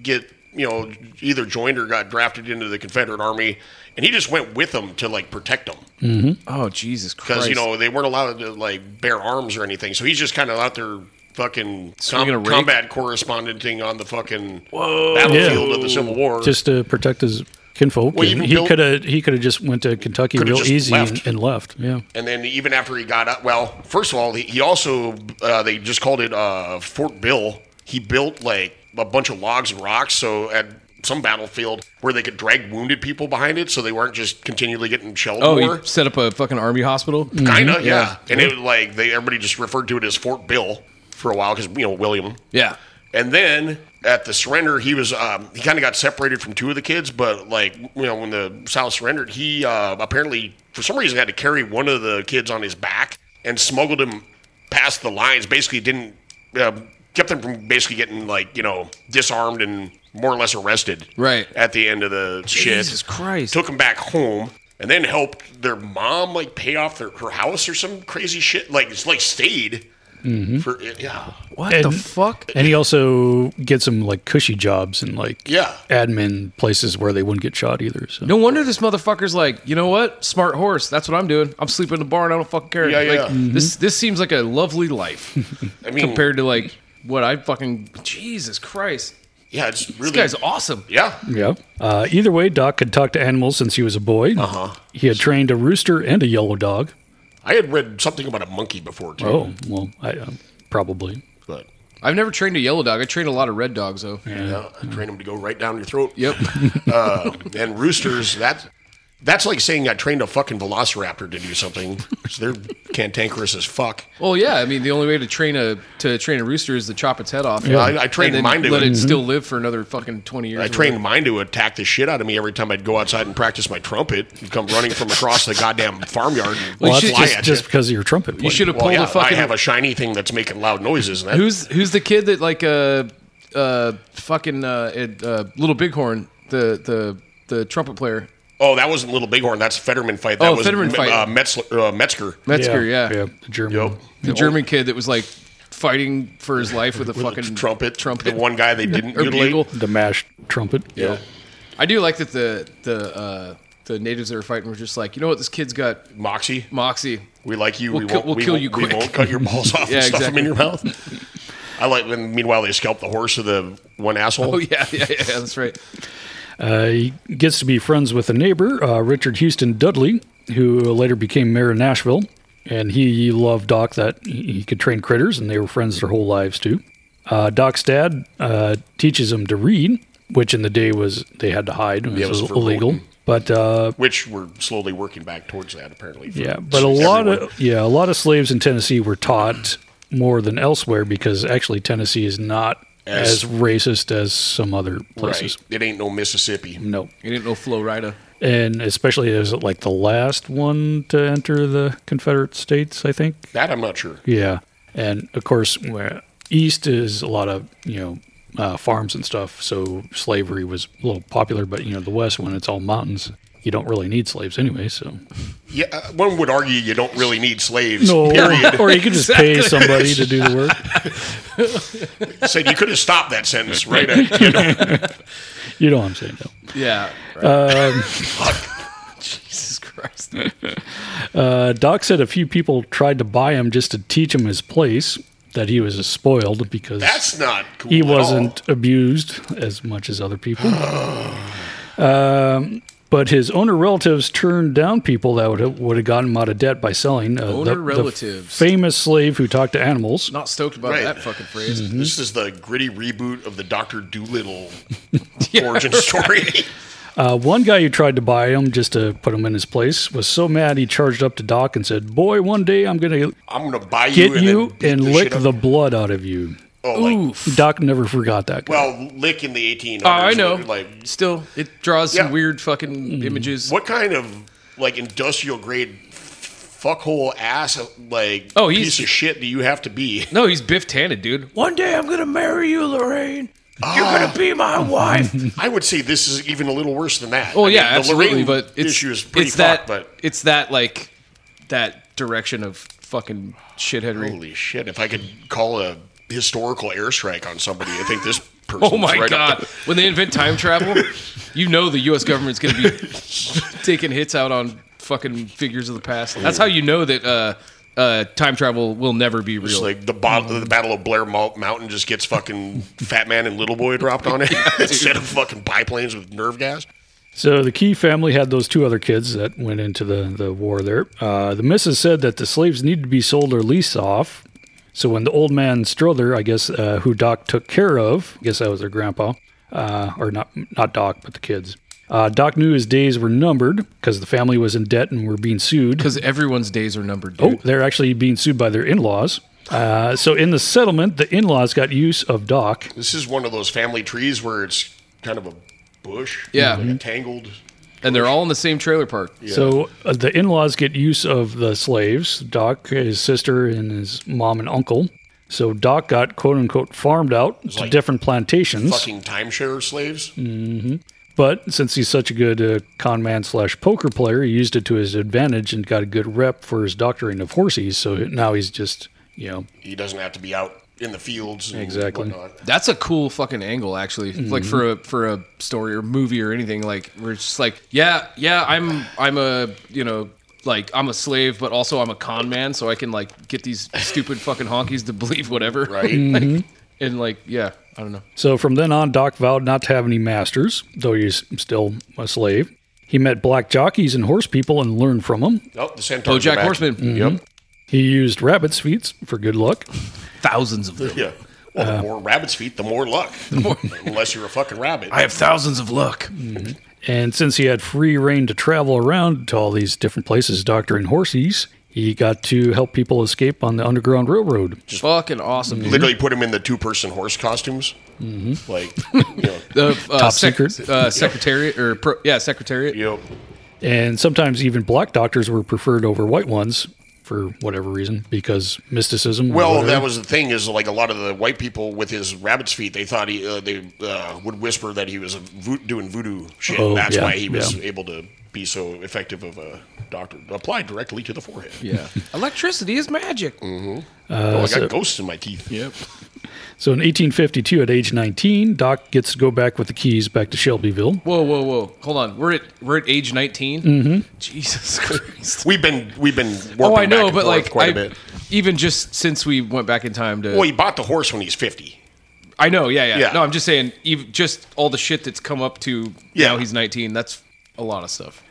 get you know either joined or got drafted into the Confederate Army, and he just went with them to like protect them. Mm-hmm. Oh Jesus Christ! because you know they weren't allowed to like bear arms or anything. So he's just kind of out there fucking com- Swinging a rake? combat correspondenting on the fucking battlefield of the Civil War. just to protect his kinfolk. Well, and even he Bill- could have he could have just went to Kentucky Coulda real just easy left. And, and left. Yeah. and then even after he got up, well, first of all, he, he also uh, they just called it uh, Fort Bill. He built like a bunch of logs and rocks, so at some battlefield where they could drag wounded people behind it, so they weren't just continually getting shelled. Oh, more. he set up a fucking army hospital. Mm-hmm. Kinda, yeah. And it was like they everybody just referred to it as Fort Bill for a while because you know William. Yeah. And then at the surrender, he was um, he kind of got separated from two of the kids, but like you know when the South surrendered, he uh, apparently for some reason had to carry one of the kids on his back and smuggled him past the lines. Basically, didn't uh, kept them from basically getting like you know disarmed and more or less arrested. Right. at the end of the shit. Jesus Christ. Took him back home and then helped their mom like pay off their, her house or some crazy shit. Like it's like stayed Mm-hmm. Mhm. for yeah. What the fuck? And he also gets some like cushy jobs and like Yeah. admin places where they wouldn't get shot either. So No wonder this motherfucker's like, you know what? Smart horse. That's what I'm doing. I'm sleeping in the barn. I don't fucking care. Yeah, yeah. Like, This this seems like a lovely life I mean, compared to like what I fucking Jesus Christ. Yeah, it's really this guy's awesome. Yeah. Yeah. Uh, either way, Doc could talk to animals since he was a boy. Uh-huh. He had trained a rooster and a yellow dog. I had read something about a monkey before too. Oh well, I uh, probably. But I've never trained a yellow dog. I trained a lot of red dogs though. Yeah, I train them to go right down your throat. Yep. uh, and roosters, that that's like saying I trained a fucking velociraptor to do something. 'cause they're cantankerous as fuck. Well, yeah. I mean, the only way to train a to train a rooster is to chop its head off. Yeah, I- I trained and then mine to let it. it Mhm. still live for another fucking twenty years. I or trained whatever. mine to attack the shit out of me every time I'd go outside and practice my trumpet. He'd come running from across the goddamn farmyard and Well, that's fly just, at just you. because of your trumpet. Well, playing. yeah, I have a shiny thing that's making loud noises. And that, Who's who's the kid that like uh uh fucking uh, it, uh little bighorn the the the trumpet player Oh, that wasn't Little Bighorn. That's Fetterman fight. That Oh, was Fetterman Me- fight. Uh, Metzler, uh, Metzger. Metzger yeah the German the German kid that was like fighting for his life with a fucking trumpet trumpet The one guy they didn't or mutilate. bugle the mashed trumpet. yeah I do like that the the uh the natives that were fighting were just like you know what this kid's got moxie moxie we like you we'll, we ki- won't- we'll we kill won't- you we quick won't cut your balls off yeah and stuff 'em exactly in your mouth. I like when meanwhile they scalp the horse of the one asshole. oh yeah yeah yeah that's right Uh, he gets to be friends with a neighbor, uh, Richard Houston Dudley, who later became mayor of Nashville. And he loved Doc that he he could train critters, and they were friends their whole lives too. Uh, Doc's dad uh, teaches him to read, which in the day was they had to hide. It was, Yeah, it was illegal. verboten. But uh, which we're slowly working back towards that apparently. for Yeah, but a lot everyone. of yeah, a lot of slaves in Tennessee were taught more than elsewhere because actually Tennessee is not As- as, racist as some other places. Right. It ain't no Mississippi. No. It ain't no Florida. And especially as like the last one to enter the Confederate States, I think. That I'm not sure. Yeah, and of course, where east is a lot of you know uh, farms and stuff, so slavery was a little popular. But you know, the west, when it's all mountains, you don't really need slaves anyway. So Yeah, uh, one would argue you don't really need slaves. No, period. or you could just pay somebody to do the work. Said you could have stopped that sentence right. At, you know. you know what I'm saying, though. Yeah, right. Um, Fuck. Jesus Christ. uh, Doc said a few people tried to buy him just to teach him his place. That he was spoiled because That's not cool he at all. wasn't abused as much as other people. um, but his owner relatives turned down people that would have, would have gotten him out of debt by selling. Uh, Owner relatives. famous slave who talked to animals. Not stoked about Right. that fucking phrase. This is the gritty reboot of the Doctor Doolittle origin story. Uh, one guy who tried to buy him just to put him in his place was so mad he charged up to Doc and said, "Boy, one day I'm gonna I'm gonna buy you get and you then beat and the lick shit out the blood out of you." Oh, like- Doc never forgot that. Well, lick in the 1800s. Oh, I know. Like still, it draws some Yeah. weird fucking Mm-hmm. images. What kind of like industrial grade fuckhole ass like Oh, he's- piece of shit do you have to be? No, he's Biff Tannen, dude. One day I'm gonna marry you, Lorraine. You're gonna be my wife. I would say this is even a little worse than that. Oh I yeah, mean, absolutely. The Lorraine But it's, issue is pretty it's fucked, that, but it's that like that direction of fucking shitheadery. holy shit! If I could call a historical airstrike on somebody, I think this person. Oh my god! When they invent time travel, you know the U.S. government's going to be taking hits out on fucking figures of the past. That's how you know that uh, uh, time travel will never be real. Just like the, bo- the Battle of Blair Mou- Mountain just gets fucking Fat Man and Little Boy dropped on it instead of fucking biplanes with nerve gas. So the Key family had those two other kids that went into the, the war there. Uh, the missus said that the slaves needed to be sold or leased off. So when the old man Strother, I guess, uh, who Doc took care of, I guess that was their grandpa, uh, or not not Doc, but the kids. Uh, Doc knew his days were numbered because the family was in debt and were being sued. Because everyone's days are numbered. Oh, they're actually being sued by their in-laws. Uh, so in the settlement, the in-laws got use of Doc. This is one of those family trees where it's kind of a bush, Yeah. like a tangled. and they're all in the same trailer park. So uh, the in-laws get use of the slaves, Doc, his sister, and his mom and uncle. So Doc got quote unquote farmed out to like different plantations. Fucking timeshare slaves. hmm But since he's such a good uh, con man slash poker player, he used it to his advantage and got a good rep for his doctoring of horses. So now he's just you know He doesn't have to be out in the fields. And Exactly. Whatnot. That's a cool fucking angle, actually. Mm-hmm. Like for a for a story or movie or anything, like where it's just like, yeah, yeah, I'm I'm a you know like I'm a slave, but also I'm a con man, so I can like get these stupid fucking honkies to believe whatever, right? Mm-hmm. Mhm. like, and like, yeah, I don't know. So from then on, Doc vowed not to have any masters, though he's still a slave. He met black jockeys and horse people and learned from them. Oh, the centaurs. are back. Yep. He used rabbit's feet for good luck. Thousands of Yeah. Well, the more rabbit's feet, Uh, the more luck. Unless you're a fucking rabbit. I have thousands of luck. And since he had free reign to travel around to all these different places doctoring horses, he got to help people escape on the Underground Railroad. Just fucking awesome. dude. Literally put him in the two person horse costumes. Mhm. Like, you know. The uh, Top sec- secret. uh, secretariat or pro- yeah, secretariat. Yep. And sometimes even black doctors were preferred over white ones for whatever reason, because mysticism. or Well, whatever. that was the thing is like a lot of the white people with his rabbit's feet, they thought he uh, they uh, would whisper that he was a vo- doing voodoo shit. Oh, That's yeah, why he was yeah. able to be so effective of a doctor. Applied directly to the forehead. Yeah. Electricity is magic. Mm-hmm. Uh, oh, I got so- ghosts in my teeth. Yep. So in 1852, at age 19, Doc gets to go back with the keys back to Shelbyville. Whoa, whoa, whoa! Hold on, we're at we're at age 19 Mhm. Jesus Christ! We've been we've been. Oh, Mm-hmm. warping I know, back and but forth like quite a I- bit. even just since we went back in time to. Well, he bought the horse when he's fifty. I know, yeah, yeah, Yeah. No, I'm just saying, even just all the shit that's come up to now he's 19. That's a lot of stuff.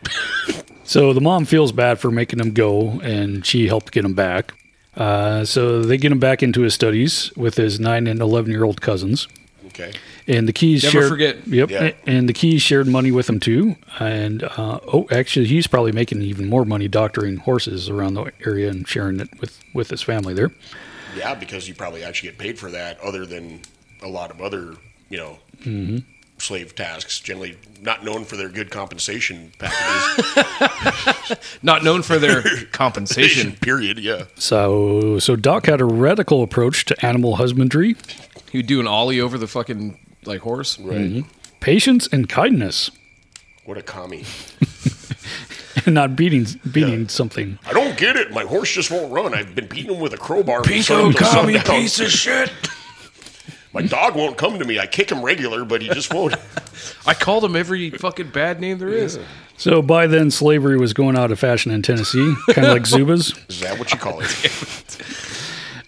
So the mom feels bad for making him go, and she helped get him back. Uh, so they get him back into his studies with his 9 and 11 year old cousins. Okay. And the keys Never shared. forget. Yep. Yeah. And the keys shared money with him too. And uh, oh, actually, he's probably making even more money doctoring horses around the area and sharing it with with his family there. Yeah, because you probably actually get paid for that, other than a lot of other, you know, Mm-hmm. hmm slave tasks. Generally, not known for their good compensation packages. Not known for their compensation. Period. Yeah. So so Doc had a radical approach to animal husbandry. He would do an ollie over the fucking like horse. Right. Mhm. Patience and kindness, What a commie! and not beating beating something. I don't get it. My horse just won't run. I've been beating him with a crowbar. from Pico sun till commie Oh. sundown. piece of shit. My dog won't come to me. I kick him regular, but he just won't. I called him every fucking bad name there is. So by then, slavery was going out of fashion in Tennessee, kind of like Zubas. Is that what you call it?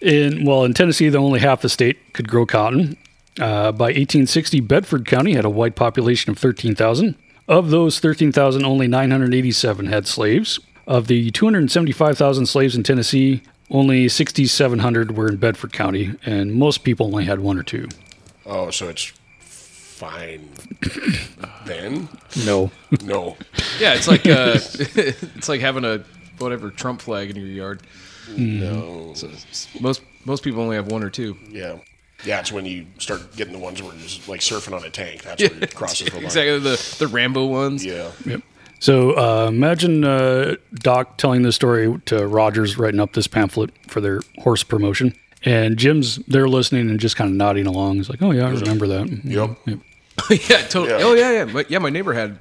In well, in Tennessee, the only half the state could grow cotton. Uh, by 1860, Bedford County had a white population of 13,000. Of those 13,000, only 987 had slaves. Of the 275,000 slaves in Tennessee, only 6,700 were in Bedford County, and most people only had one or two. Oh, so it's fine then? No. No. Yeah, it's like uh, it's like having a whatever Trump flag in your yard. No. So s- most most people only have one or two. Yeah. Yeah, it's when you start getting the ones where you're just like surfing on a tank. That's where Yeah, it crosses the line. Exactly the the Rambo ones. Yeah. Yep. So uh, imagine uh, Doc telling this story to Rogers, writing up this pamphlet for their horse promotion, and Jim's there listening and just kind of nodding along. He's like, "Oh yeah, I remember that." Yep. yeah, totally. Oh yeah, yeah, my, yeah. My neighbor had.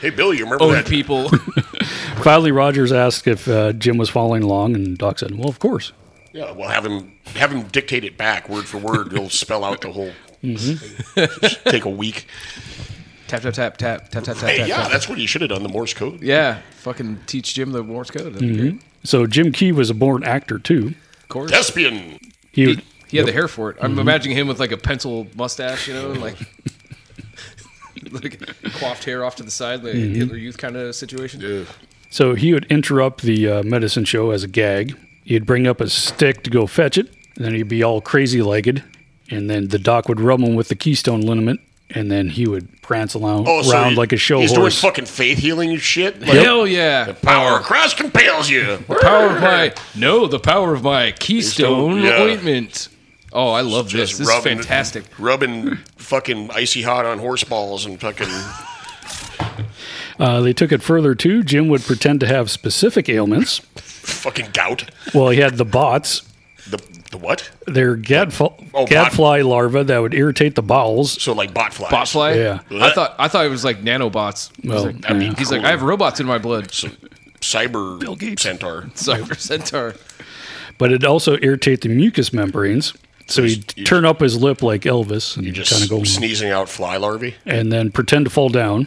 Hey Bill, you remember owned that? people? Finally, Rogers asked if uh, Jim was following along, and Doc said, "Well, of course." Yeah, well have him have him dictate it back word for word. He'll spell out the whole take a week. Tap tap tap tap tap tap Hey, tap. yeah, tap. that's what you should have done, the Morse code. yeah. Fucking teach Jim the Morse code. that'd be great. Mhm. So Jim Key was a born actor too. Of course. Thespian. He, He, he had the Yep. hair for it. I'm Mhm. imagining him with like a pencil mustache, you know, and like like coiffed hair off to the side, like Mhm. Hitler Youth kind of situation. So he would interrupt the uh, medicine show as a gag. He'd bring up a stick to go fetch it, and then he'd be all crazy legged, and then the doc would rub him with the Keystone liniment, and then he would prance along Oh, so around he- like a show he's horse. doing fucking faith healing and shit. Yep. Hell yeah! The power of Christ compels you. The power of my no, the power of my Keystone Keystone, yeah. ointment. Oh, I love Just this. This rubbing- is fantastic. Rubbing fucking icy hot on horse balls and fucking Uh, they took it further too. Jim would pretend to have specific ailments. fucking gout. well, he had the bots. The the what? They're gadfly, Oh, bot- gadfly larvae that would irritate the bowels. So like bot flies. Botfly. Yeah. I thought I thought it was like nanobots. He's Well, like- that'd be he's like, cool. I have robots in my blood. cyber centaur. Cyber centaur. But it also irritate the mucous membranes. So he'd turn up his lip like Elvis and kind of go Sneezing out fly larvae. and then pretend to fall down.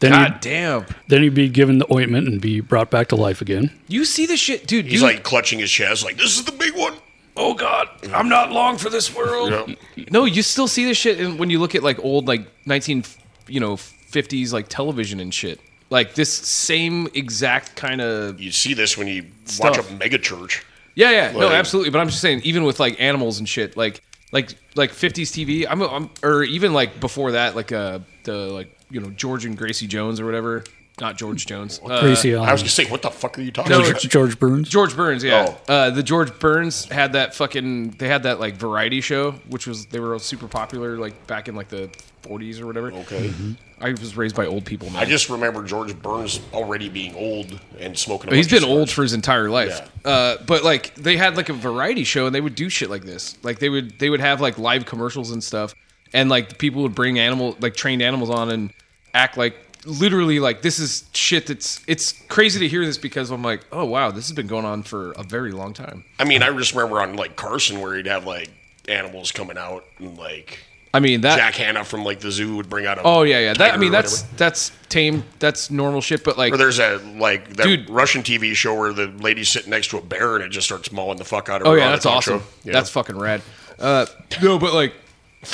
Then God he'd- damn! Then he'd be given the ointment and be brought back to life again. You see this shit, dude? He's you- like clutching his chest, like this is the big one. Oh God, I'm not long for this world. No, you still see this shit in, when you look at like old like 19 you know 50s like television and shit. Like this same exact kind of You see this when you watch Stuff. a mega church. yeah yeah no Like- absolutely. But I'm just saying even with like animals and shit like like like 50s TV. I'm, I'm or even like before that like uh the like you know George and Gracie Jones or whatever. Not George Jones. Uh, Gracie I was gonna say, what the fuck are you talking No, about? George, George Burns. George Burns, yeah. Oh. Uh, the George Burns had that fucking. They had that like variety show, which was they were all super popular like back in like the 40s or whatever. Okay. Mhm. I was raised by old people, man. I just remember George Burns already being old and smoking. A He's bunch been of old for his entire life. Uh, but like they had like a variety show and they would do shit like this. Like they would they would have like live commercials and stuff, and like the people would bring animal like trained animals on and act like literally like this is shit that's it's crazy to hear this because I'm like oh wow this has been going on for a very long time. I mean, I just remember on like Carson where he'd have like animals coming out and like I mean that Jack Hanna from like the zoo would bring out a Oh yeah, yeah. That I tiger mean or that's whatever. that's tame. That's normal shit. But like, or there's a like that Dude. Russian TV show where the lady's sitting next to a bear and it just starts mauling the fuck out of oh her. yeah, on a that's talk awesome. show. Yeah. That's fucking rad. Uh, no, but like,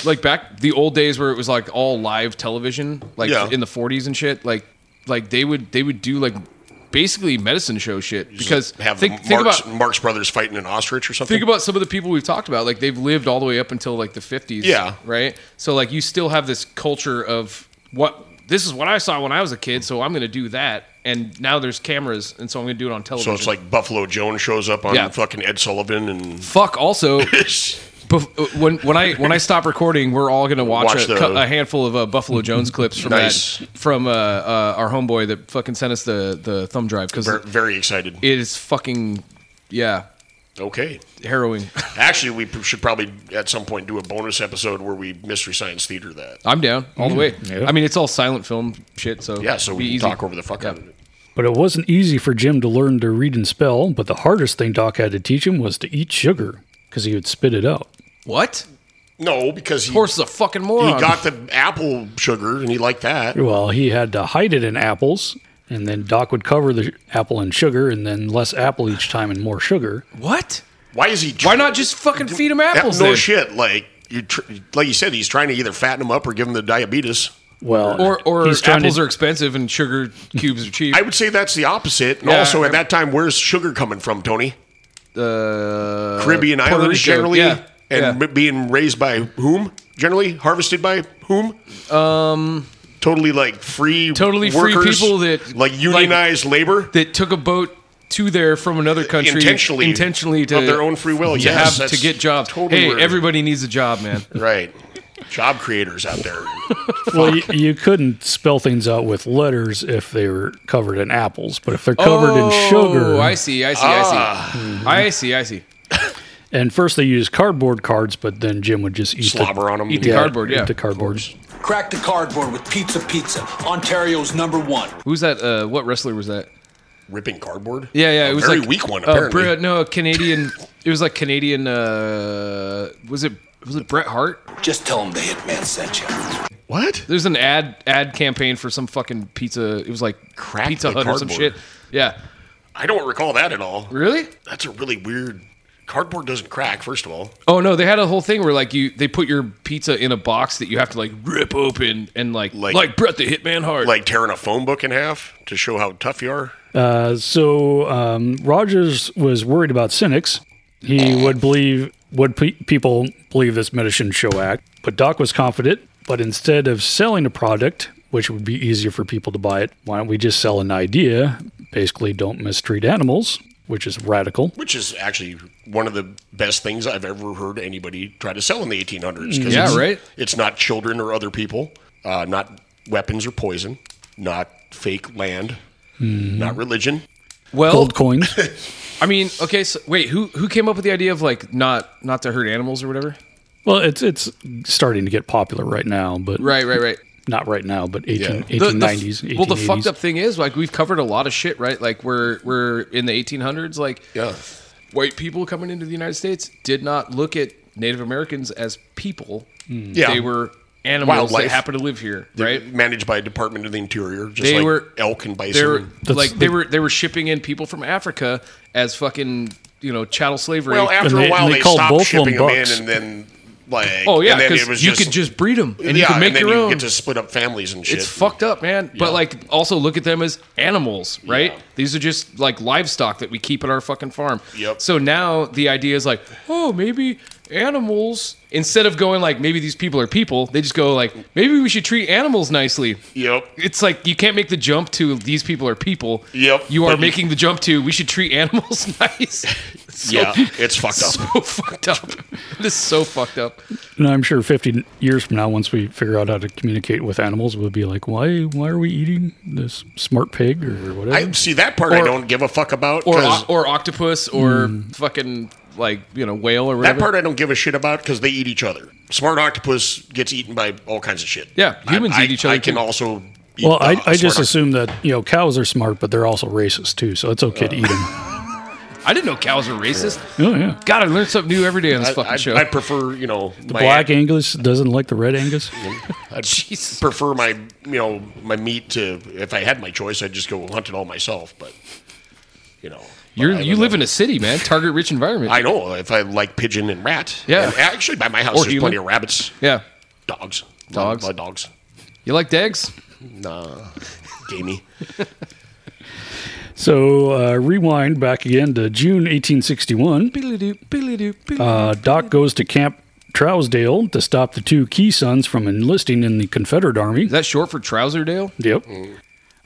like back the old days where it was like all live television, like Yeah. in the 40s and shit. Like, like they would they would do like basically medicine show shit because have think, the think Marx, about Marx brothers fighting an ostrich or something. Think about some of the people we've talked about. Like they've lived all the way up until like the fifties. Yeah. Right. So like you still have this culture of what this is what I saw when I was a kid, so I'm going to do that. And now there's cameras, and so I'm going to do it on so television. it's like Buffalo Jones shows up on Yeah. fucking Ed Sullivan and fuck. Also, bef- when when I when I stop recording, we're all going to watch, Watch a, the- cou- a handful of uh, Buffalo Jones clips from Nice. that, from uh, uh, our homeboy that fucking sent us the the thumb drive because Ver- very excited. It is fucking yeah. Okay. Harrowing. Actually, we p- should probably at some point do a bonus episode where we mystery science theater that. I'm down all the way. Mm. Yeah. I mean, it's all silent film shit, so Yeah, so we be can easy. talk over the fuck out of it. But it wasn't easy for Jim to learn to read and spell, but the hardest thing Doc had to teach him was to eat sugar because he would spit it out. What? No, because he, horse is a fucking moron. He got the apple sugar and he liked that. Well, he had to hide it in apples, and then Doc would cover the apple in sugar, and then less apple each time and more sugar. What? Why is he? Why not just fucking feed him apples? no then? shit. Like you, tr- like you said, he's trying to either fatten him up or give him the diabetes. Well, Or or He's trying apples to- are expensive and sugar cubes are cheap. I would say that's the opposite. And Yeah, also, I- at that time, where's sugar coming from, Tony? Uh, Caribbean Puerto islands Rico, generally, yeah, and m being raised by whom? Generally, harvested by whom? Um, totally like free, totally free workers, people that like unionized labor that took a boat to there from another country Intentionally. intentionally to Of their own free will, to yes, have, to that's get jobs. totally hey, where- everybody needs a job, man. right? Job creators out there. Well, you, you couldn't spell things out with letters if they were covered in apples, but if they're covered in sugar, Oh, I see, I see, Ah. I see, I see, I see. And first they used cardboard cards, but then Jim would just eat Slobber the, on 'em. Eat the cardboard, yeah, eat the cardboard. Crack the cardboard with Pizza Pizza, Ontario's number one. Who's that? Uh, what wrestler was that? Ripping cardboard. Yeah, yeah, A it was very like, weak one. uh, Apparently, Brit- no, a Canadian. It was like Canadian. Uh, was it? Was it Bret Hart? Just tell him the hitman sent you. What? There's an ad ad campaign for some fucking pizza. It was like Pizza the Hut or some cardboard. shit. Yeah. I don't recall that at all. Really? That's a really weird. Cardboard doesn't crack. First of all, Oh no, they had a whole thing where like you they put your pizza in a box that you have to like rip open and like like, Bret the Hitman Hart. Like tearing a phone book in half to show how tough you are. Uh, so um, Rogers was worried about cynics. He would believe would pe- people believe this medicine show act, but Doc was confident. But instead of selling a product, which would be easier for people to buy it, why don't we just sell an idea? Basically, don't mistreat animals, which is radical. Which is actually one of the best things I've ever heard anybody try to sell in the 1800s. 'cause Yeah, it's, right. It's not children or other people, uh, not weapons or poison, not fake land, Mm-hmm. Mhm. not religion. Well, Gold coins. I mean, okay, so wait, who who came up with the idea of like not not to hurt animals or whatever? Well, it's it's starting to get popular right now, but Right, right, right. Not right now, but 18, The- the f- 1890s. well, the fucked 1880s. up thing is, like, we've covered a lot of shit, right? Like, we're we're in the 1800s. Like, yeah. white people coming into the United States did not look at Native Americans as people. Yeah. they were animals Wildlife. that happened to live here. They're Managed by Department of the Interior. Just They like were- elk and They were bison. like they were they were shipping in people from Africa as fucking you know chattel slavery. Well, after a while, they, stopped shipping them in, and then like, Oh yeah, and then it because was you just, could just breed them and you Yeah, can make then your you own. Get to split up families and shit. It's fucked up, man. But like, also look at them as animals, right? These are just like livestock that we keep at our fucking farm. Yep. So now the idea is like, oh, maybe animals. Instead of going like, maybe these people are people, they just go like, maybe we should treat animals nicely. Yep. It's like you can't make the jump to these people are people. Yep. You are But you- making the jump to we should treat animals nice. So- Yeah, it's fucked up. So fucked up. This is so fucked up. And I'm sure 50 years from now, once we figure out how to communicate with animals, we'll be like, why why are we eating this smart pig or whatever? I see that part. I Or- don't give a fuck about. Or 'cause- o- or octopus or fucking like you know whale or whatever. That part I don't give a shit about because they eat each other. Smart octopus gets eaten by all kinds of shit. Yeah, humans I, eat each I, other I can too. also. Eat well, I, Oh, the I just smart assume that, you know, cows are smart, but they're also racist too, so it's okay Uh. to eat them. I didn't know cows were racist. Oh, yeah. God, I learned something new every day on this I- fucking I- show. I prefer, you know, The black Angus doesn't like the red Angus. I prefer my you know my meat to if I had my choice I'd just go hunt it all myself. But you know You're, you live in a city, man. Target rich environment. I know if I like pigeon and rat. Yeah. And actually, by my house Or there's human. plenty of rabbits, Yeah. dogs, Dogs. Lot of dogs. You like dags? Nah, gamey. So uh, rewind back again to June 1861. Uh, Doc goes to Camp Trousdale to stop the two Key sons from enlisting in the Confederate Army. Is that short for Trouserdale? Yep.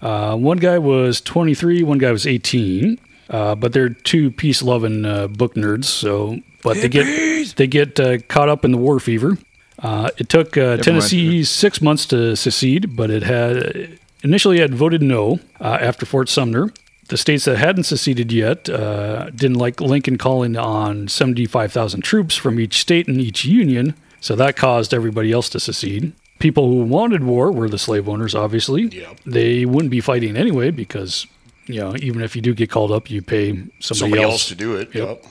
Uh, one guy was 23, one guy was 18. Uh, but they're two peace loving uh, book nerds, so but they get they get uh, caught up in the war fever. Uh, it took uh, Never Tennessee six months to secede, but it had initially had voted no uh, after Fort Sumner. The states that hadn't seceded yet uh, didn't like Lincoln calling on 75,000 troops from each state and each union, so that caused everybody else to secede. People who wanted war were the slave owners, obviously. They wouldn't be fighting anyway because, you know, even if you do get called up, you pay somebody, Somebody else, to do it. Yep.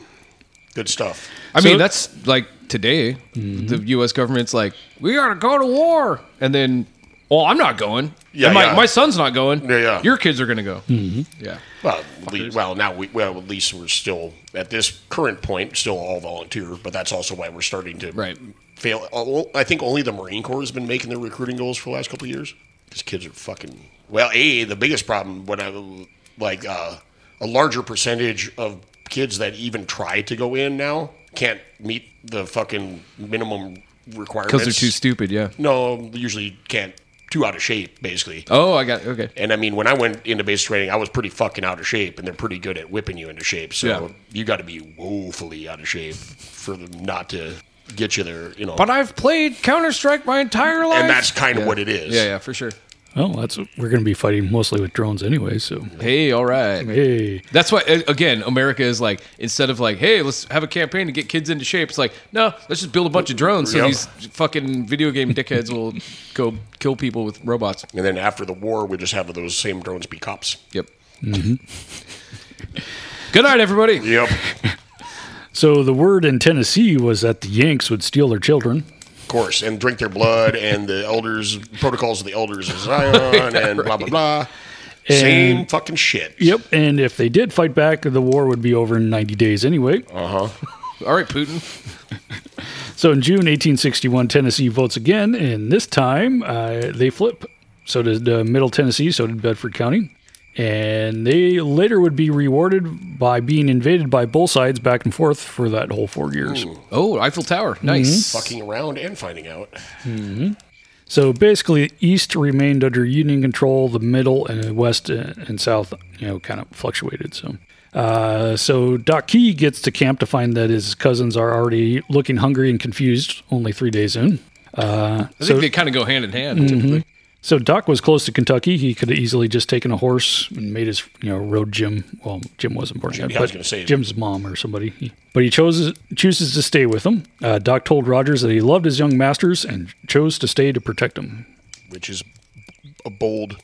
Good stuff. I mean, that's like today, the U.S. government's like, we gotta go to war, and then, well, I'm not going. Yeah, And my, yeah. my son's not going. Yeah, yeah. Your kids are gonna go. Yeah. Well, at lea- well, now we well at least we're still at this current point still all volunteer, but that's also why we're starting to Right. fail. oh, well, I think only the Marine Corps has been making their recruiting goals for the last couple of years because kids are fucking. Well, a the biggest problem when I like uh, a larger percentage of kids that even try to go in now can't meet the fucking minimum requirements Because they're too stupid. Yeah. No, usually can't. Too out of shape, basically. Oh, I got okay. And I mean, when I went into base training, I was pretty fucking out of shape, and they're pretty good at whipping you into shape. So Yeah. you got to be woefully out of shape for them not to get you there, you know. But I've played Counter Strike my entire life, and that's kind of what it is. Yeah, yeah, for sure. Well, that's we're going to be fighting mostly with drones anyway. So Hey, all right. Hey. That's why a- again, America is like instead of like, hey, let's have a campaign to get kids into shape. It's like, no, let's just build a bunch of drones so Yep. these fucking video game dickheads will go kill people with robots. And then after the war, we just have those same drones be cops. Yep. Mm-hmm. Good night, everybody. Yep. so the word in Tennessee was that the Yanks would steal their children. Of course, and drink their blood, and the elders protocols of the elders of Zion, Yeah, and blah blah blah. And- Same fucking shit. Yep, and if they did fight back, the war would be over in 90 days anyway. Uh huh. All right, Putin. So in June 1861, Tennessee votes again, and this time uh, they flip. So did uh, Middle Tennessee, so did Bedford County. And they later would be rewarded by being invaded by both sides back and forth for that whole four years. Oh, Eiffel Mm-hmm. Tower. Nice. Fucking around and finding out. hmm So basically, East remained under Union control. The Middle and West and South, you know, kind of fluctuated. So, uh, so Doc Key gets to camp to find that his cousins are already looking hungry and confused. Only three days in. Uh, I think so, they kind of go hand in hand. Mhm. typically. So Doc was close to Kentucky. He could have easily just taken a horse and made his, you know, rode Jim. Well, Jim wasn't born yet, Yeah, I was but gonna say- Jim's mom or somebody. He- But he chose chooses to stay with him. Uh, Doc told Rogers that he loved his young masters and chose to stay to protect him. which is a bold,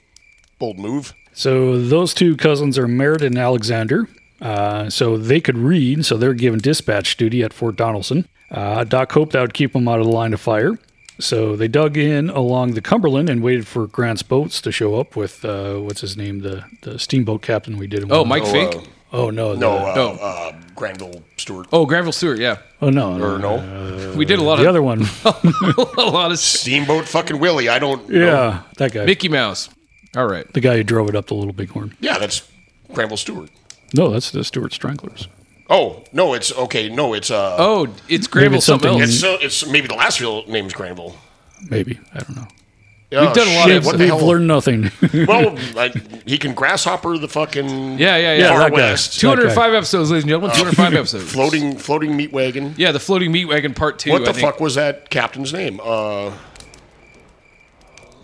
bold move. So those two cousins are Merritt and Alexander. Uh, so they could read, so they're given dispatch duty at Fort Donelson. Uh, Doc hoped that would keep them out of the line of fire. So they dug in along the Cumberland and waited for Grant's boats to show up with uh, what's his name, the the steamboat captain we did. in Oh, one- Mike Fink. oh no, No, the- uh, No. Uh, Granville Stewart. Oh, Granville Stewart. Yeah. oh no, Or no. We did a lot the of- other one. Oh, a lot of Steamboat fucking Willie. I don't. yeah, know. that guy, Mickey Mouse. All right. the guy who drove it up the Little Bighorn. Yeah, that's Granville Stewart. No, that's the Stewart Stranglers. Oh no, it's okay. No, it's uh. Oh, it's Granville it's something- something else. It's so it's maybe the last field name's Granville. Maybe I don't know. Oh, done a lot shit, of what the We've hell? learned nothing. well, like, he can grasshopper the fucking Yeah, yeah, yeah. far that guy. west. 205 episodes, ladies and gentlemen. Oh. 205 episodes. Floating, floating meat wagon. Yeah, the floating meat wagon part two. what I the think. fuck was that captain's name? Uh,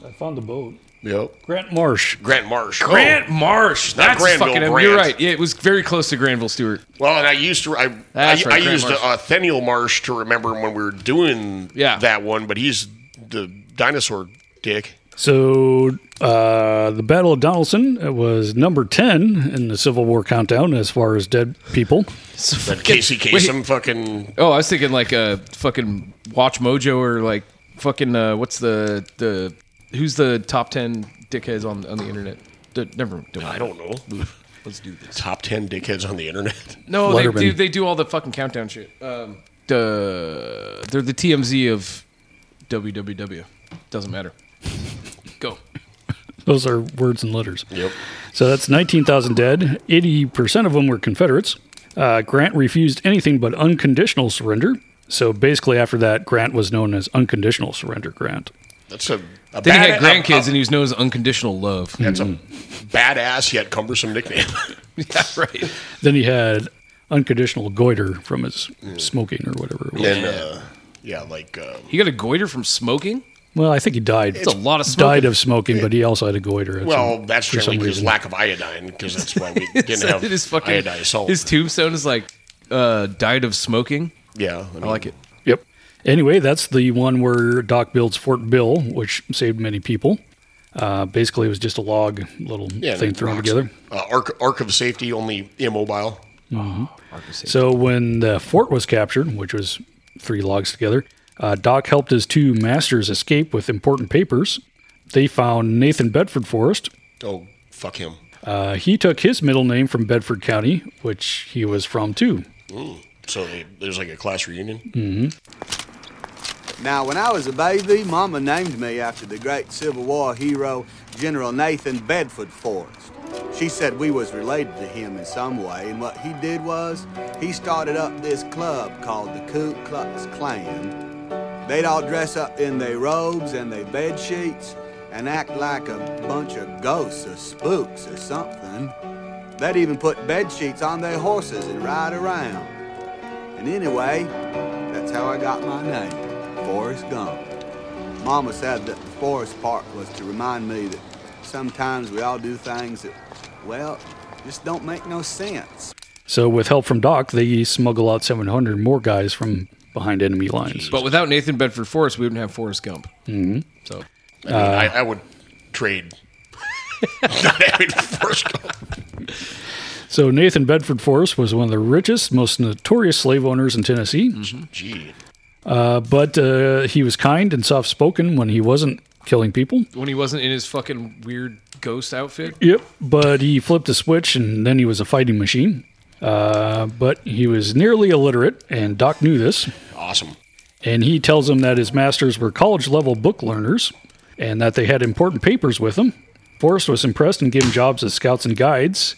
I found the boat. yep. Grant Marsh. Grant Marsh. Grant Oh. Marsh. Not That's Granville fucking. Grant. You're right. Yeah, it was very close to Granville Stewart. Oh, Well, and I used to I I, That's right, I Grant used Marsh. uh, Theniel Marsh to remember him when we were doing Yeah. that one, but he's the dinosaur dick. So uh, the Battle of Donelson was number ten in the Civil War countdown as far as dead people. That Casey Kasem fucking Oh, I was thinking like a fucking Watch Mojo or like fucking uh, what's the the who's the top ten dickheads on on the internet? D- never. Don't I don't know. Let's do this. Top ten dickheads on the internet. No, Letterman. they do. They do all the fucking countdown shit. Um, duh, they're the TMZ of WWW. Doesn't matter. Go. Those are words and letters. Yep. So that's 19,000 dead. 80% of them were Confederates. Uh, Grant refused anything but unconditional surrender. So basically, after that, Grant was known as Unconditional Surrender Grant. That's a, a Then he bad- had a- grandkids a- and he was known as Unconditional Love. That's a badass yet cumbersome nickname. yeah, right. Then he had unconditional goiter from his Mm. smoking or whatever it was. And uh, yeah, like um, He got a goiter from smoking? well, I think he died. It's a lot of smoking. died of smoking, but he also had a goiter. at well, some- that's for some generally his reason. lack of iodine because that's why we didn't have his fucking iodized salt. His tombstone is like uh, died of smoking. Yeah, I, like it. Yep. Anyway, that's the one where Doc builds Fort Bill, which saved many people. Uh, basically, it was just a log little Yeah, thing and thrown rocks. together. Uh, arc, arc of safety, only immobile. Mhm. So when the fort was captured, which was three logs together, uh, Doc helped his two masters escape with important papers. They found Nathan Bedford Forrest. Oh, fuck him. Uh, he took his middle name from Bedford County, which he was from too. Mm. So they, there's like a class reunion. hmm Now, when I was a baby, Mama named me after the great Civil War hero, General Nathan Bedford Forrest. She said we was related to him in some way, and what he did was he started up this club called the Ku Klux Klan. They'd all dress up in their robes and their bed sheets and act like a bunch of ghosts or spooks or something. They'd even put bed sheets on their horses and ride around. And anyway, that's how I got my name. Forrest Gump. Mama said that the forest part was to remind me that sometimes we all do things that, well, just don't make no sense. So with help from Doc, they smuggle out 700 more guys from behind enemy lines. But without Nathan Bedford Forrest, we wouldn't have Forrest Gump. hmm So I, mean, I, I would trade. Not having first go. So Nathan Bedford Forrest was one of the richest, most notorious slave owners in Tennessee. Gee. Uh, but uh, he was kind and soft spoken when he wasn't killing people. when he wasn't in his fucking weird ghost outfit, Yep. But he flipped a switch and then he was a fighting machine. Uh, but he was nearly illiterate, and Doc knew this. Awesome. And he tells him that his masters were college level book learners and that they had important papers with them. Forrest was impressed and gave him jobs as scouts and guides